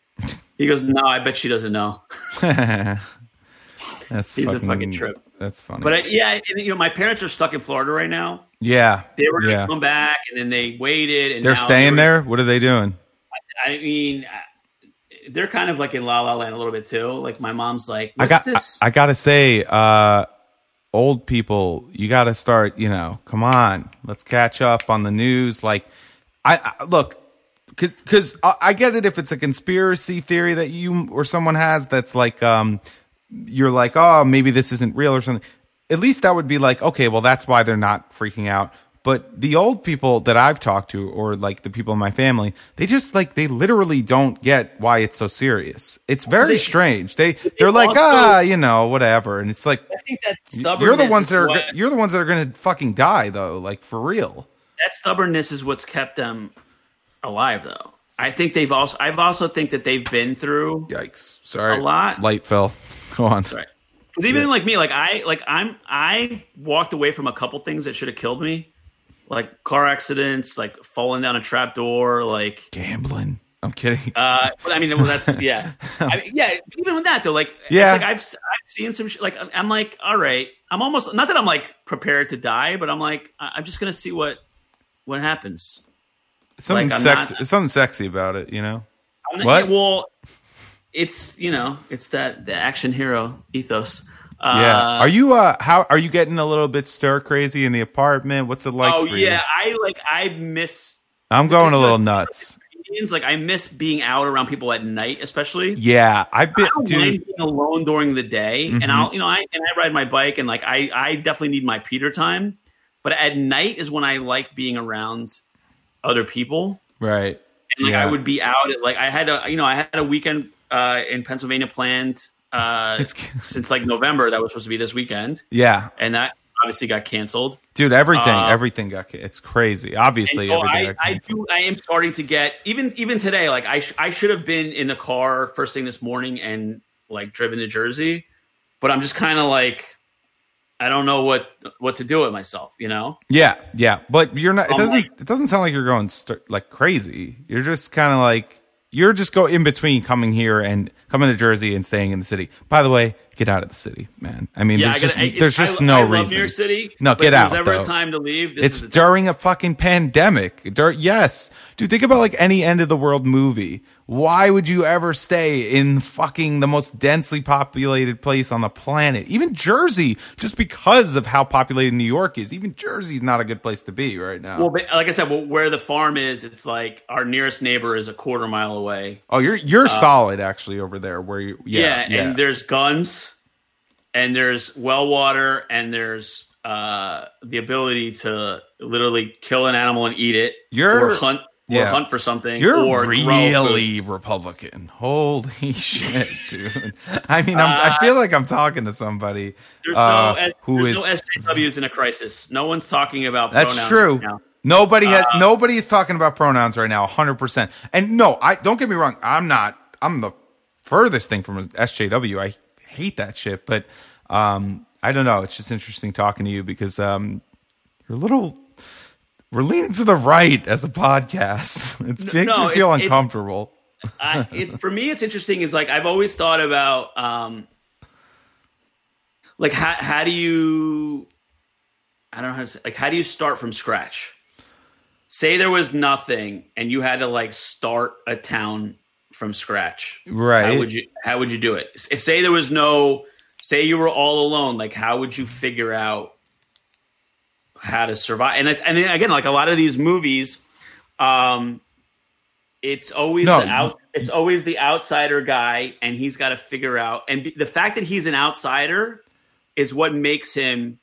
S7: He goes, "No, I bet she doesn't know."
S8: that's
S7: he's a fucking trip.
S8: That's funny.
S7: But I, yeah, and, you know, my parents are stuck in Florida right now.
S8: yeah.
S7: they were going to
S8: yeah.
S7: come back and then they waited and
S8: They're
S7: now
S8: staying
S7: they're-
S8: there. What are they doing?
S7: I mean, I- they're kind of like in La La Land a little bit too. Like my mom's like,
S8: I
S7: what's
S8: got. I,
S7: this?
S8: I gotta say, uh, old people, you gotta start. You know, come on, let's catch up on the news. Like, I, I look, because because I, I get it if it's a conspiracy theory that you or someone has that's like, um, you're like, oh, maybe this isn't real or something. At least that would be like, okay, well, that's why they're not freaking out. But the old people that I've talked to, or like the people in my family, they just like they literally don't get why it's so serious. It's very
S7: They-
S8: strange. They they're
S7: It's
S8: like,
S7: also-
S8: ah, you know, whatever. And it's like
S7: I think that stubbornness.
S8: you're the ones
S7: is
S8: that are
S7: what-
S8: you're the ones that are gonna fucking die though, like for real.
S7: that stubbornness is what's kept them alive, though. I think they've also. I've also think that they've been through.
S8: Yikes. Sorry.
S7: A lot.
S8: Light fell. Go on.
S7: Right. Because even like me, like I like I'm I walked away from a couple things that should have killed me, like car accidents, like falling down a trap door, like.
S8: Gambling. I'm kidding.
S7: Uh, but I mean, well, that's yeah, I mean, yeah. Even with that though, like it's
S8: Yeah.
S7: like I've I've seen some sh- like I'm like, all right, I'm almost not that I'm like prepared to die, but I'm like I- I'm just gonna see what what happens.
S8: something
S7: like, I'm
S8: sexy
S7: not-
S8: something sexy about it, you know?
S7: I'm not-
S8: What?
S7: yeah, well, it's you know, it's that the action hero ethos. Uh,
S8: Yeah. are you uh how are you getting a little bit stir crazy in the apartment? What's it like
S7: oh
S8: for you?
S7: yeah, I like I miss
S8: I'm going a little
S7: Because-
S8: nuts.
S7: Indians. Like I miss being out around people at night, especially.
S8: Yeah, I've been
S7: I don't
S8: dude.
S7: mind being alone during the day,
S8: Mm-hmm.
S7: and I'll you know I and I ride my bike, and like I I definitely need my Peter time, but at night is when I like being around other people.
S8: Right.
S7: And like
S8: Yeah.
S7: I would be out at like I had a you know I had a weekend uh, in Pennsylvania planned uh,
S8: It's
S7: since like November that was supposed to be this weekend,
S8: yeah.
S7: and that obviously got canceled.
S8: Dude, everything,
S7: Uh,
S8: everything got. ca- It's crazy. Obviously,
S7: And, oh,
S8: everything
S7: I,
S8: got
S7: I
S8: canceled.
S7: do. I am starting to get even even today. Like I sh- I should have been in the car first thing this morning and like driven to Jersey, but I'm just kind of like I don't know what what to do with myself. You know,
S8: Yeah, yeah, but you're not. It
S7: I'm
S8: doesn't.
S7: like-
S8: it doesn't sound like you're going st- like crazy. You're just kind of like you're just go in between coming here and coming to Jersey and staying in the city. By the way, get out of the city, man. I mean,
S7: yeah.
S8: there's
S7: I gotta-
S8: just
S7: it's-
S8: there's just
S7: I-
S8: no
S7: I love
S8: reason.
S7: New York City.
S8: No,
S7: but
S8: get
S7: if there's
S8: out,
S7: Ever
S8: though.
S7: a time to leave. This
S8: It's
S7: is the time.
S8: during a fucking pandemic. Dur- yes, dude. Think about like any end of the world movie. Why would you ever stay in fucking the most densely populated place on the planet? Even Jersey, just because of how populated New York is. Even Jersey's not a good place to be right now.
S7: Well, but like I said, well, where the farm is, it's like our nearest neighbor is a quarter mile away.
S8: Oh, you're you're solid actually over there. Where you, yeah, yeah,
S7: Uh, and there's guns, and there's well water, and there's uh, the ability to literally kill an animal and eat it,
S8: You're-
S7: or hunt,
S8: yeah.
S7: or hunt for something.
S8: you're
S7: or grow food.
S8: really Republican. Holy shit, dude! I mean, I'm, I feel like I'm talking to somebody
S7: Uh, There's
S8: uh,
S7: no, S-
S8: who
S7: there's
S8: is.
S7: no SJWs in a crisis. No one's talking about
S8: that's
S7: pronouns
S8: true.
S7: right now. Uh,
S8: Nobody has, nobody is talking about pronouns right now, hundred percent. And no, I don't get me wrong. I'm not. I'm the furthest thing from SJW. I hate that shit, but um, I don't know. It's just interesting talking to you because um, you're a little we're leaning to the right as a podcast. It makes
S7: no,
S8: me feel
S7: it's- it's-
S8: uncomfortable.
S7: I, it, for me, it's interesting. Is like I've always thought about, um, like how how do you, I don't know how to say, like how do you start from scratch? Say there was nothing, and you had to like start a town from scratch.
S8: Right.
S7: How would you How would you do it? S- Say there was no. Say you were all alone. Like how would you figure out how to survive? And it's, and then again, like a lot of these movies. Um, it's always
S8: No,
S7: the out, it's always the outsider guy and he's got to figure out and be, the fact that he's an outsider is what makes him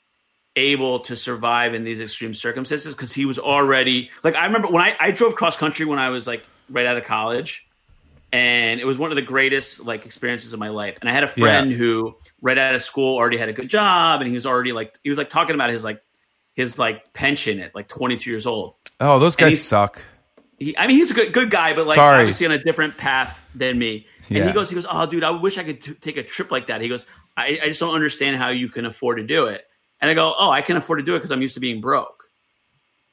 S7: able to survive in these extreme circumstances because he was already like i remember when I, I drove cross country when i was like right out of college and it was one of the greatest like experiences of my life and i had a friend who right out of school already had a good job and he was already like he was like talking about his like his like pension at like 22 years old
S8: Oh, those guys
S7: he's-
S8: suck.
S7: he, I mean, he's a good good guy, but like
S8: Sorry.
S7: obviously on a different path than me. And
S8: Yeah.
S7: he goes, he goes, oh, dude, I wish I could t- take a trip like that. He goes, I, I just don't understand how you can afford to do it. And I go, oh, I can afford to do it because I'm used to being broke.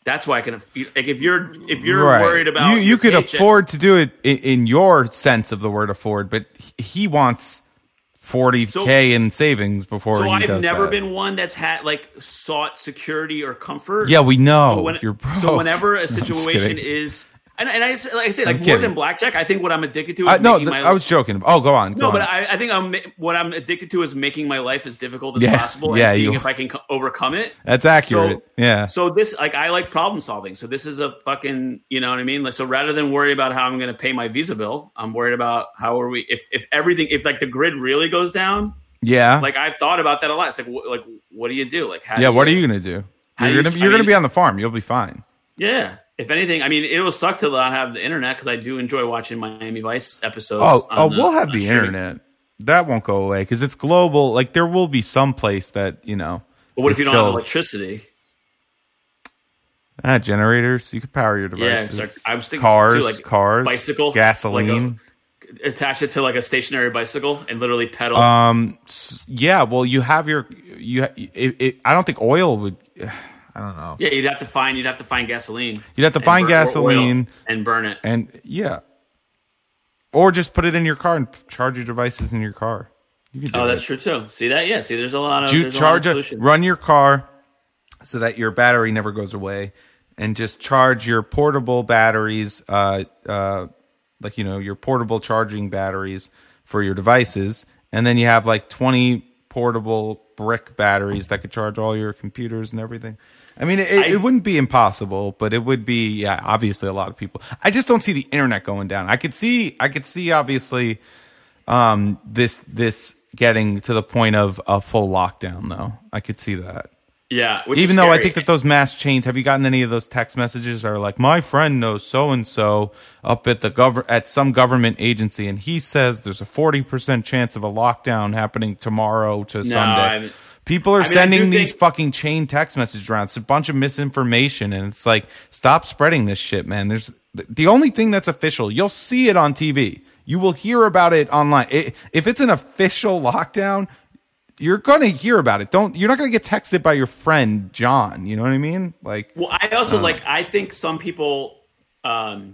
S7: That's why I can. aff- Like if you're if you're
S8: Right.
S7: worried about
S8: you, you
S7: your
S8: could
S7: paycheck-
S8: afford to do it in, in your sense of the word afford, but he- he wants forty
S7: So-
S8: k in savings before
S7: So
S8: he
S7: I've
S8: does
S7: never
S8: that.
S7: been one that's had like sought security or comfort.
S8: Yeah, we know
S7: But when-
S8: you're broke.
S7: So whenever
S8: I'm
S7: a
S8: just
S7: situation
S8: kidding.
S7: is, and, and I just, like I say,
S8: I'm
S7: like more
S8: kidding.
S7: than blackjack, I think what I'm addicted to is
S8: I, no,
S7: making
S8: th-
S7: my
S8: I was joking. Oh, go on. Go
S7: no, but
S8: on.
S7: I, I think I'm what I'm addicted to is making my life as difficult as
S8: Yeah,
S7: possible
S8: yeah,
S7: and seeing
S8: you-
S7: if I can co- overcome it.
S8: that's accurate. yeah.
S7: So this, like, I like problem solving. So this is a fucking, you know what I mean. Like, so rather than worry about how I'm going to pay my visa bill, I'm worried about how are we if if everything if like the grid really goes down.
S8: yeah.
S7: Like I've thought about that a lot. It's like wh- like what do you do? Like how
S8: yeah.
S7: do
S8: What are you gonna do?
S7: How do
S8: You're
S7: you-
S8: gonna be-
S7: I
S8: you're gonna
S7: mean-
S8: be on the farm. You'll be fine.
S7: Yeah. If anything, I mean, it'll suck to not have the internet because I do enjoy watching Miami Vice episodes.
S8: Oh,
S7: on
S8: oh,
S7: the-
S8: we'll have
S7: on
S8: the
S7: streaming.
S8: internet. That won't go away because it's global. Like there will be some place that you know.
S7: But what if
S8: is
S7: you don't have
S8: still-
S7: electricity?
S8: Ah, generators. You could power your
S7: Yeah, it's
S8: devices.
S7: like- I was thinking
S8: cars,
S7: too, like,
S8: cars,
S7: bicycle,
S8: gasoline.
S7: Attach it to like a stationary bicycle and literally pedal.
S8: um, s- yeah. Well, you have your you. ha- It, it, I don't think oil would. I don't know.
S7: yeah, you'd have to find you'd have to find gasoline.
S8: You'd have to
S7: and
S8: find
S7: burn- or oil
S8: gasoline.
S7: and burn it.
S8: And yeah, or just put it in your car and p- charge your devices in your car. You can do
S7: Oh,
S8: it.
S7: that's true too. See that? Yeah. See, there's a lot of
S8: Ju-
S7: there's
S8: charge
S7: a lot of
S8: a,
S7: solutions.
S8: run your car so that your battery never goes away and just charge your portable batteries uh, uh, like you know your portable charging batteries for your devices and then you have like 20 portable brick batteries that could charge all your computers and everything i mean it, it wouldn't be impossible but it would be yeah obviously a lot of people i just don't see the internet going down i could see i could see obviously um this this getting to the point of a full lockdown though i could see that
S7: Yeah. which is
S8: even though i
S7: scary.
S8: think that those mass chains have you gotten any of those text messages that are like my friend knows so and so up at the gov at some government agency and he says there's a 40% chance of a lockdown happening tomorrow to
S7: I
S8: sunday
S7: haven't-
S8: people are
S7: I do
S8: sending these
S7: think-
S8: fucking chain text messages around it's a bunch of misinformation and it's like stop spreading this shit man there's th- the only thing that's official you'll see it on tv you will hear about it online I if it's an official lockdown you're gonna hear about it. Don't you're not gonna get texted by your friend John. You know what I mean? Like
S7: Well, I also
S8: Uh.
S7: like. I think some people, um,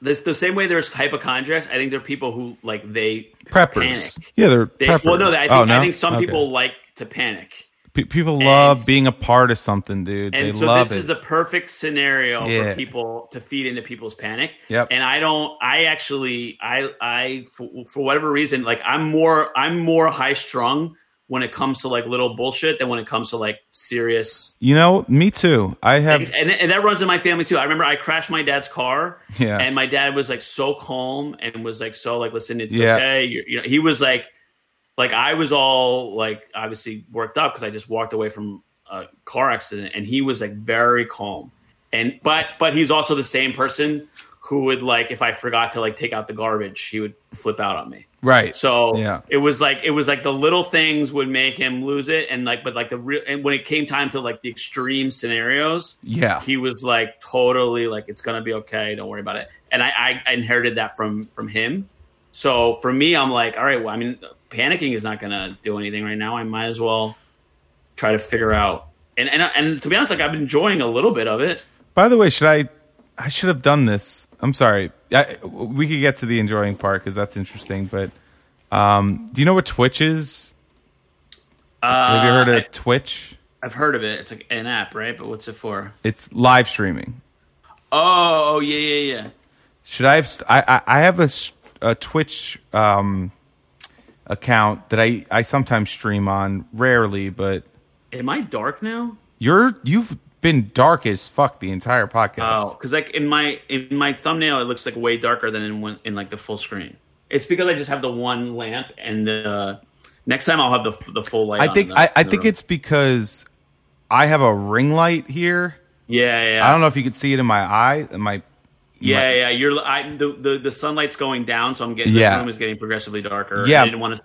S7: this the same way there's hypochondriacs. I think there are people who like they
S8: preppers.
S7: Panic.
S8: Yeah, they're
S7: They,
S8: preppers.
S7: well, no, I think,
S8: Oh, no?
S7: I think some
S8: Okay.
S7: people like to panic,
S8: Pe- people love
S7: and-
S8: being a part of something, dude.
S7: and
S8: they
S7: so
S8: love
S7: this
S8: it.
S7: is the perfect scenario
S8: Yeah.
S7: for people to feed into people's panic.
S8: Yep.
S7: And I don't. I actually, I, I for, for whatever reason, like I'm more, I'm more high strung when it comes to like little bullshit than when it comes to like serious
S8: you know, me too. I have
S7: and, and that runs in my family too. I remember I crashed my dad's car,
S8: Yeah.
S7: and my dad was like so calm and was like so like, listen, it's
S8: Yeah.
S7: okay. You're, you know, he was like, like I was all like obviously worked up because I just walked away from a car accident, and he was like very calm. And but but he's also the same person who would like if I forgot to like take out the garbage, he would flip out on me.
S8: right.
S7: So
S8: Yeah.
S7: it was like it was like the little things would make him lose it, and like but like the real and when it came time to like the extreme scenarios,
S8: Yeah.
S7: he was like totally like it's gonna be okay, don't worry about it. And I, I inherited that from from him. So for me, I'm like, all right, well, I mean, panicking is not gonna do anything right now. I might as well try to figure out. And and and to be honest, like I've been enjoying a little bit of it.
S8: By the way, should I? I should have done this. I'm sorry. I, we could get to the enjoying part because that's interesting. But um, do you know what Twitch is?
S7: Uh,
S8: Have you heard of
S7: I,
S8: Twitch?
S7: I've heard of it. It's like an app, right? But what's it for?
S8: It's live streaming.
S7: Oh, oh yeah, yeah, yeah.
S8: Should I have? St- I, I I have a, s- a Twitch um, account that I I sometimes stream on, rarely, but
S7: Am I dark now?
S8: you're you've been dark as fuck the entire podcast.
S7: Oh, because like in my in my thumbnail, it looks like way darker than in one in like the full screen. It's because I just have the one lamp, and the next time I'll have the f- the full light.
S8: I
S7: on
S8: think
S7: the-
S8: I, I
S7: the
S8: think
S7: room.
S8: it's because I have a ring light here.
S7: yeah, yeah.
S8: I don't know if you could see it in my eye. in My
S7: yeah, yeah. You're I, the, the the sunlight's going down, so I'm getting
S8: Yeah.
S7: the room is getting progressively darker.
S8: Yeah.
S7: I didn't want to.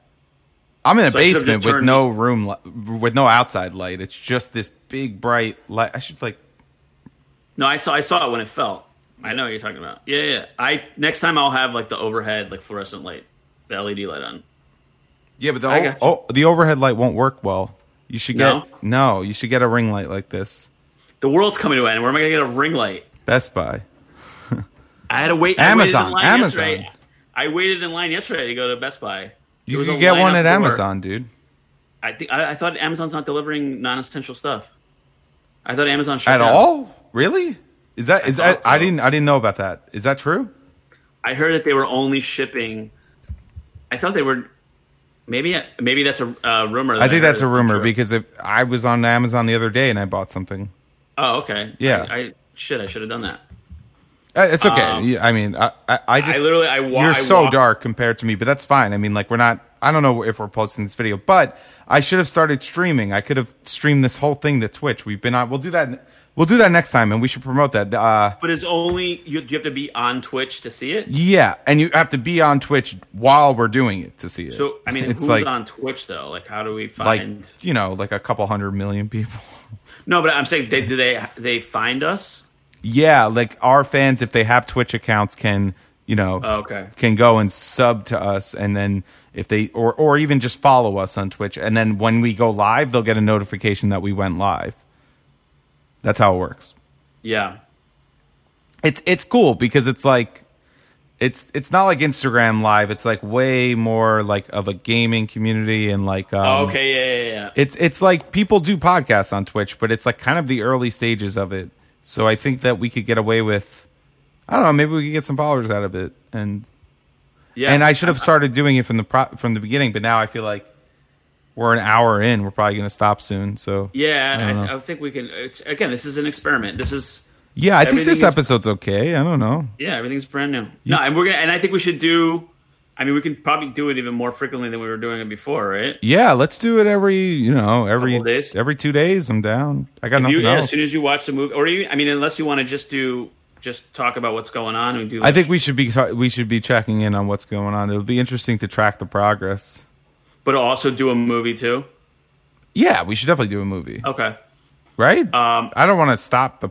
S8: I'm in a
S7: So I should've
S8: basement
S7: just
S8: with
S7: turned-
S8: no room li- with no outside light. It's just this big bright light. I should like
S7: No, I saw I saw it when it fell. I know what you're talking about. Yeah, yeah. I next time I'll have like the overhead like fluorescent light, the LED light on.
S8: yeah, but the
S7: I
S8: o-
S7: got
S8: oh the overhead light won't work well. You should get
S7: No?
S8: no you should get a ring light like this.
S7: The world's coming to an end. Where am I gonna get a ring light?
S8: Best Buy.
S7: I had to wait. I waited
S8: Amazon,
S7: in line
S8: Amazon.
S7: Yesterday. I waited in line yesterday to go to Best Buy. There
S8: You
S7: was
S8: can
S7: a
S8: get
S7: line
S8: one
S7: up
S8: at
S7: for-
S8: Amazon, dude.
S7: I think I, I thought Amazon's not delivering non-essential stuff. I thought Amazon shut
S8: At
S7: down.
S8: all? Really? Is that is
S7: I
S8: that
S7: thought so.
S8: I didn't I didn't know about that. Is that true?
S7: I heard that they were only shipping. I thought they were. Maybe maybe that's a uh, rumor. that
S8: I think
S7: heard
S8: that's a
S7: is
S8: rumor
S7: true.
S8: because if I was on Amazon the other day and I bought something.
S7: Oh, okay.
S8: Yeah.
S7: I, I shit. I should have done that.
S8: Uh, It's okay.
S7: Um,
S8: You- I mean, I, I, I just
S7: I literally- I wa-
S8: you're
S7: I
S8: so
S7: walked-
S8: dark compared to me, but that's fine. I mean, like we're not. I don't know if we're posting this video, but I should have started streaming. I could have streamed this whole thing to Twitch. We've been on. We'll do that. We'll do that next time, and we should promote that. Uh,
S7: But it's only you. Do you have to be on Twitch to see it?
S8: yeah, and you have to be on Twitch while we're doing it to see it.
S7: So I mean,
S8: it's
S7: who's
S8: like
S7: on Twitch though? Like, how do we
S8: like
S7: find?
S8: you know, like a couple hundred million people.
S7: no, but I'm saying, they, do they they find us?
S8: Yeah, like our fans, if they have Twitch accounts, can you know,
S7: Oh, okay.
S8: can go and sub to us, and then if they or or even just follow us on Twitch, and then when we go live, they'll get a notification that we went live. That's how it works. Um,
S7: Yeah.
S8: It's it's cool because it's like it's it's not like Instagram Live. It's like way more like of a gaming community and like um,
S7: Oh, okay. Yeah. Yeah. Yeah.
S8: it's it's like people do podcasts on Twitch, but it's like kind of the early stages of it. So I think that we could get away with I don't know, maybe we could get some followers out of it. And
S7: yeah.
S8: and I should have started doing it from the pro- from the beginning, but now I feel like we're an hour in. We're probably going to stop soon. So
S7: Yeah,
S8: I don't
S7: and I,
S8: know.
S7: I, I think we can. It's, again, this is an experiment. This is
S8: yeah, I think this
S7: Everything is-
S8: episode's okay. I don't know.
S7: yeah, everything's brand new. No, and we're gonna, and I think we should do. I mean, we can probably do it even more frequently than we were doing it before, right?
S8: Yeah, let's do it every you know every
S7: Couple days.
S8: every two days. I'm down. I got nothing
S7: You, yeah,
S8: else.
S7: as soon as you watch the movie, or you, I mean, unless you want to just do just talk about what's going on and do.
S8: I think we should be we should be checking in on what's going on. It'll be interesting to track the progress.
S7: but also do a movie too.
S8: Yeah, we should definitely do a movie.
S7: Okay.
S8: right?
S7: Uh, Um,
S8: I don't want to stop the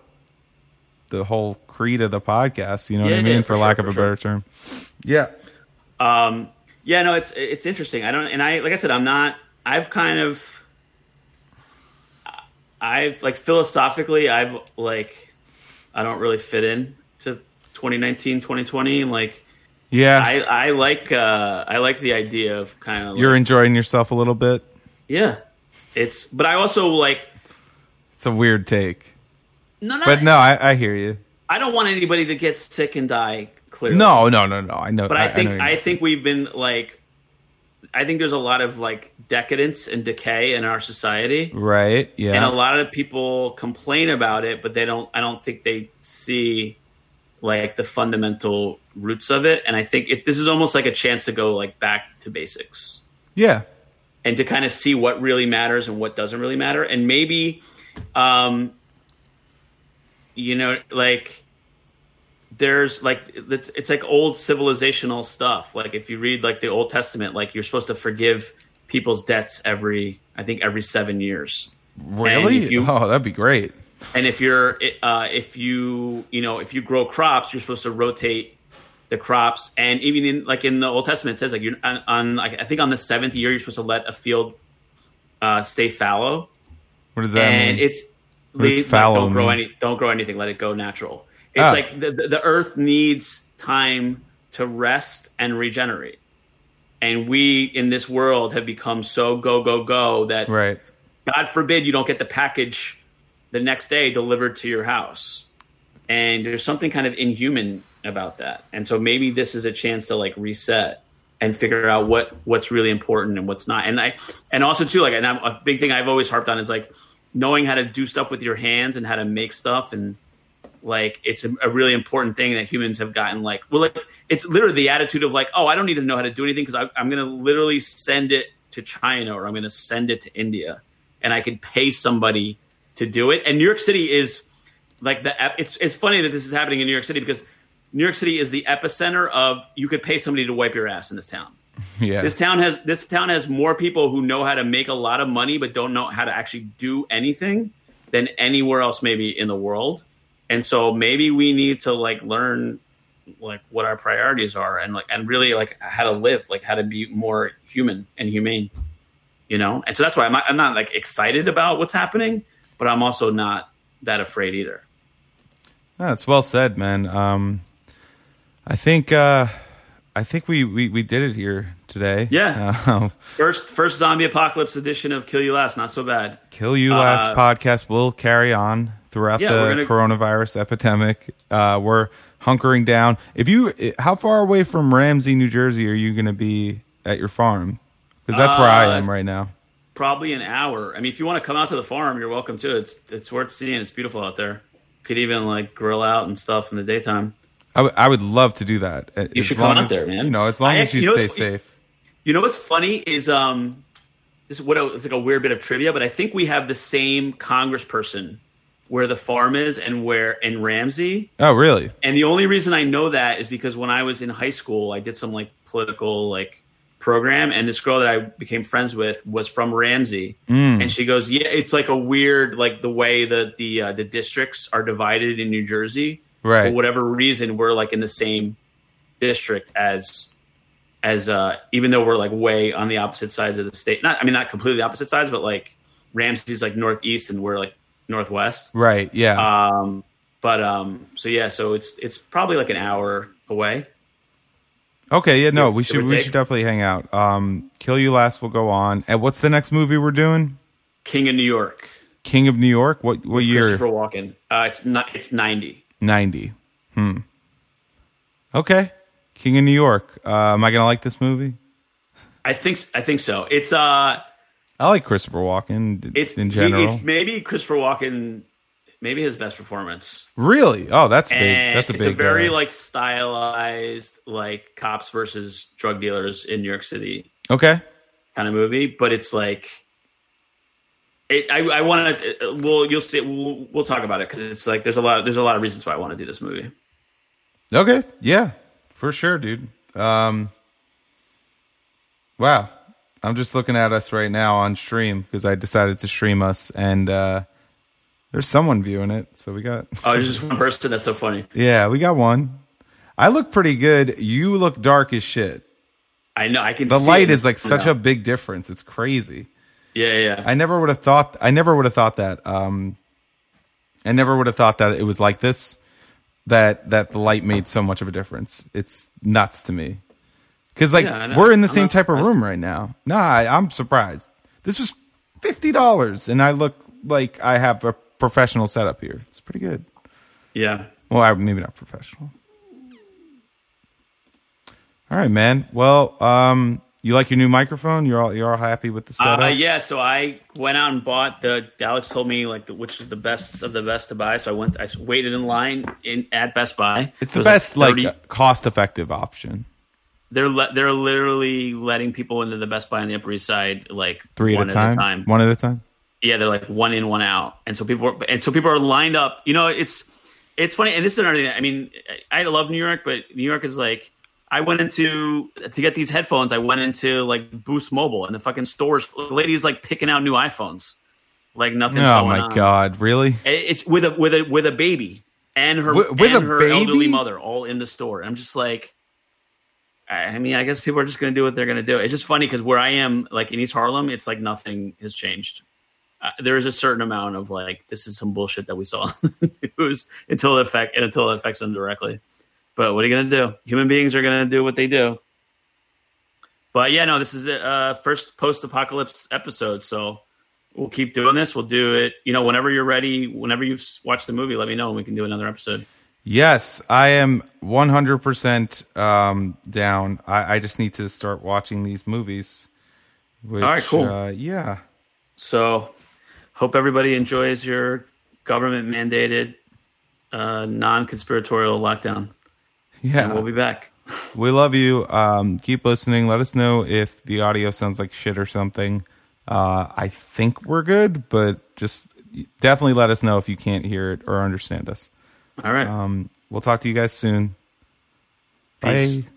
S8: the whole creed of the podcast. You know what
S7: Yeah,
S8: I mean,
S7: yeah,
S8: for,
S7: for sure,
S8: lack
S7: for
S8: of a
S7: sure.
S8: better term. Yeah,
S7: Um, yeah, no, it's it's interesting. I don't, and I like I said, I'm not. I've kind of, I've like philosophically, I've like, I don't really fit in to 2019, 2020. Like,
S8: yeah.
S7: I I like uh, I like the idea of kind of
S8: You're
S7: like,
S8: enjoying yourself a little bit.
S7: yeah. It's but I also like
S8: It's a weird take,
S7: no,
S8: but no, I, I hear you.
S7: I don't want anybody to get sick and die. Clearly,
S8: No, no, no, no. I know.
S7: But I, think
S8: know what you
S7: I,
S8: mean.
S7: think we've been like, I think there's a lot of like decadence and decay in our society.
S8: right.
S7: and
S8: Yeah.
S7: a lot of people complain about it but they don't i don't think they see like the fundamental roots of it and i think it, this is almost like a chance to go like back to basics
S8: yeah.
S7: and to kind of see what really matters and what doesn't really matter and maybe um you know like there's like it's, it's like old civilizational stuff like if you read like the old testament like you're supposed to forgive people's debts every i think every seven years
S8: Really?
S7: if you-
S8: oh, that'd be great.
S7: and if you're uh, if you you know if you grow crops you're supposed to rotate the crops and even in like in the old testament it says like you're on, on like i think on the seventh year you're supposed to let a field uh, stay fallow
S8: What does that
S7: and
S8: mean?
S7: it's
S8: does
S7: leave- like,
S8: fallow
S7: don't grow
S8: mean?
S7: any don't grow anything let it go natural it's
S8: Ah.
S7: like the, the the earth needs time to rest and regenerate and we in this world have become so go go go that
S8: right.
S7: God forbid you don't get the package the next day delivered to your house. And there's something kind of inhuman about that. And so maybe this is a chance to like reset and figure out what what's really important and what's not. And I and also too like and I'm, a big thing I've always harped on is like knowing how to do stuff with your hands and how to make stuff and like it's a, a really important thing that humans have gotten like well like, it's literally the attitude of like oh I don't need to know how to do anything because I'm going to literally send it to China or I'm going to send it to India and I could pay somebody to do it. And New York City is like the ep- it's it's funny that this is happening in New York City because New York City is the epicenter of you could pay somebody to wipe your ass in this town.
S8: Yeah.
S7: This town has this town has more people who know how to make a lot of money but don't know how to actually do anything than anywhere else maybe in the world. And so maybe we need to like learn like what our priorities are and like and really like how to live, like how to be more human and humane. You know? And so that's why I'm not, I'm not like excited about what's happening, but I'm also not that afraid either.
S8: No, it's well said, man. Um, I think uh, I think we, we we did it here today.
S7: Yeah.
S8: Um,
S7: First first zombie apocalypse edition of Kill You Last, not so bad.
S8: Kill You Last
S7: Uh,
S8: podcast will carry on throughout
S7: Yeah,
S8: the
S7: we're gonna-
S8: coronavirus epidemic. Uh, we're hunkering down. If you, how far away from Ramsey, New Jersey, are you going to be at your farm? Because that's where I
S7: Uh,
S8: am right now.
S7: probably an hour. I mean, if you want to come out to the farm, you're welcome to. It's it's worth seeing. It's beautiful out there. Could even like grill out and stuff in the daytime.
S8: I would- I would love to do that.
S7: You should come out there, man.
S8: You know, as long
S7: I
S8: as
S7: actually- you
S8: you
S7: know,
S8: stay
S7: it's-
S8: safe.
S7: You know what's funny is um, this is what I- it's like a weird bit of trivia, but I think we have the same congressperson where the farm is and where in Ramsey.
S8: Oh, really?
S7: And the only reason I know that is because when I was in high school, I did some like political like program, and this girl that I became friends with was from Ramsey, and she goes, "Yeah, it's like a weird like the way that the uh, the districts are divided in New Jersey.
S8: Right.
S7: For whatever reason, we're like in the same district as." As uh, even though we're like way on the opposite sides of the state, not I mean not completely opposite sides, but like Ramsey's like northeast and we're like northwest.
S8: Right. Yeah.
S7: Um, but um, so yeah, so it's it's probably like an hour away.
S8: okay. Yeah. No, we
S7: it
S8: should
S7: would
S8: we
S7: take-
S8: should definitely hang out. Um, Kill You Last will go on. And what's the next movie we're doing?
S7: King of New York,
S8: King of New York. What what year?
S7: Christopher Walken. Uh, it's not. It's ninety.
S8: Ninety. Hmm. Okay. King of New York. Uh, am I gonna like this movie?
S7: I think. s- I think so. It's uh,
S8: I like Christopher Walken. d-
S7: it's
S8: in
S7: he-
S8: general.
S7: it's maybe Christopher Walken, maybe his best performance.
S8: really? Oh, that's big.
S7: And
S8: that's a big.
S7: Eh, it's a very
S8: uh,
S7: like stylized like cops versus drug dealers in New York City
S8: Okay.
S7: kind of movie, but it's like. It, I, I want to. We'll you'll see. We'll, we'll talk about it because it's like there's a lot. There's a lot of reasons why I want to do this movie.
S8: Okay. Yeah. For sure, dude. Um Wow. I'm just looking at us right now on stream because I decided to stream us and uh there's someone viewing it. So we got
S7: Oh, it's just one person. That's so funny.
S8: Yeah, we got one. I look pretty good. You look dark as shit.
S7: I know. I can.
S8: The
S7: see
S8: light
S7: it.
S8: is like such a big difference. It's crazy.
S7: Yeah, yeah.
S8: I never would have thought I never would have thought that. Um I never would have thought that it was like this that that the light made so much of a difference. It's nuts to me. Cuz like
S7: Yeah, I know.
S8: we're in the
S7: I'm
S8: same
S7: not
S8: type of
S7: surprised.
S8: room right now. Nah, I, I'm surprised. This was $50 and I look like I have a professional setup here. It's pretty good.
S7: yeah.
S8: Well, I, maybe not professional. All right, man. Well, um you like your new microphone? You're all you're all happy with the setup?
S7: Uh, yeah. So I went out and bought the. Alex told me like the, which was the best of the best to buy. So I went. I waited in line in at Best Buy.
S8: It's
S7: It
S8: the
S7: was,
S8: best, like,
S7: 30
S8: cost effective option.
S7: they're le- they're literally letting people into the Best Buy on the Upper East Side like
S8: Three
S7: one
S8: at a time, One at a time.
S7: yeah, they're like one in, one out, and so people are, and so people are lined up. You know, it's it's funny, and this is another thing. I mean, I I love New York, but New York is like I went into to get these headphones. I went into like Boost Mobile, and the fucking stores, the ladies like picking out new iPhones, like nothing's
S8: oh
S7: going
S8: my
S7: on.
S8: god, really?
S7: And It's with a with a with a baby and her
S8: Wi- with
S7: and
S8: a
S7: her
S8: baby?
S7: elderly mother all in the store. I'm just like. I I mean, I guess people are just going to do what they're going to do. It's just funny because where I am, like in East Harlem, it's like nothing has changed. Uh, there is a certain amount of like, this is some bullshit that we saw on the news until it affect and until it affects them directly. But what are you going to do? Human beings are going to do what they do. But yeah, no, this is the uh, first post-apocalypse episode, so we'll keep doing this. We'll do it. You know, whenever you're ready, whenever you've s- watched the movie, let me know and we can do another episode.
S8: Yes, I am 100% um, down. I, I just need to start watching these movies. Which,
S7: All right, cool.
S8: Uh, yeah.
S7: So, hope everybody enjoys your government mandated, uh, non conspiratorial lockdown.
S8: Yeah.
S7: And we'll be back.
S8: we love you. Um, keep listening. Let us know if the audio sounds like shit or something. Uh, I think we're good, but just definitely let us know if you can't hear it or understand us.
S7: All right.
S8: Um, we'll talk to you guys soon.
S7: Peace.
S8: Bye.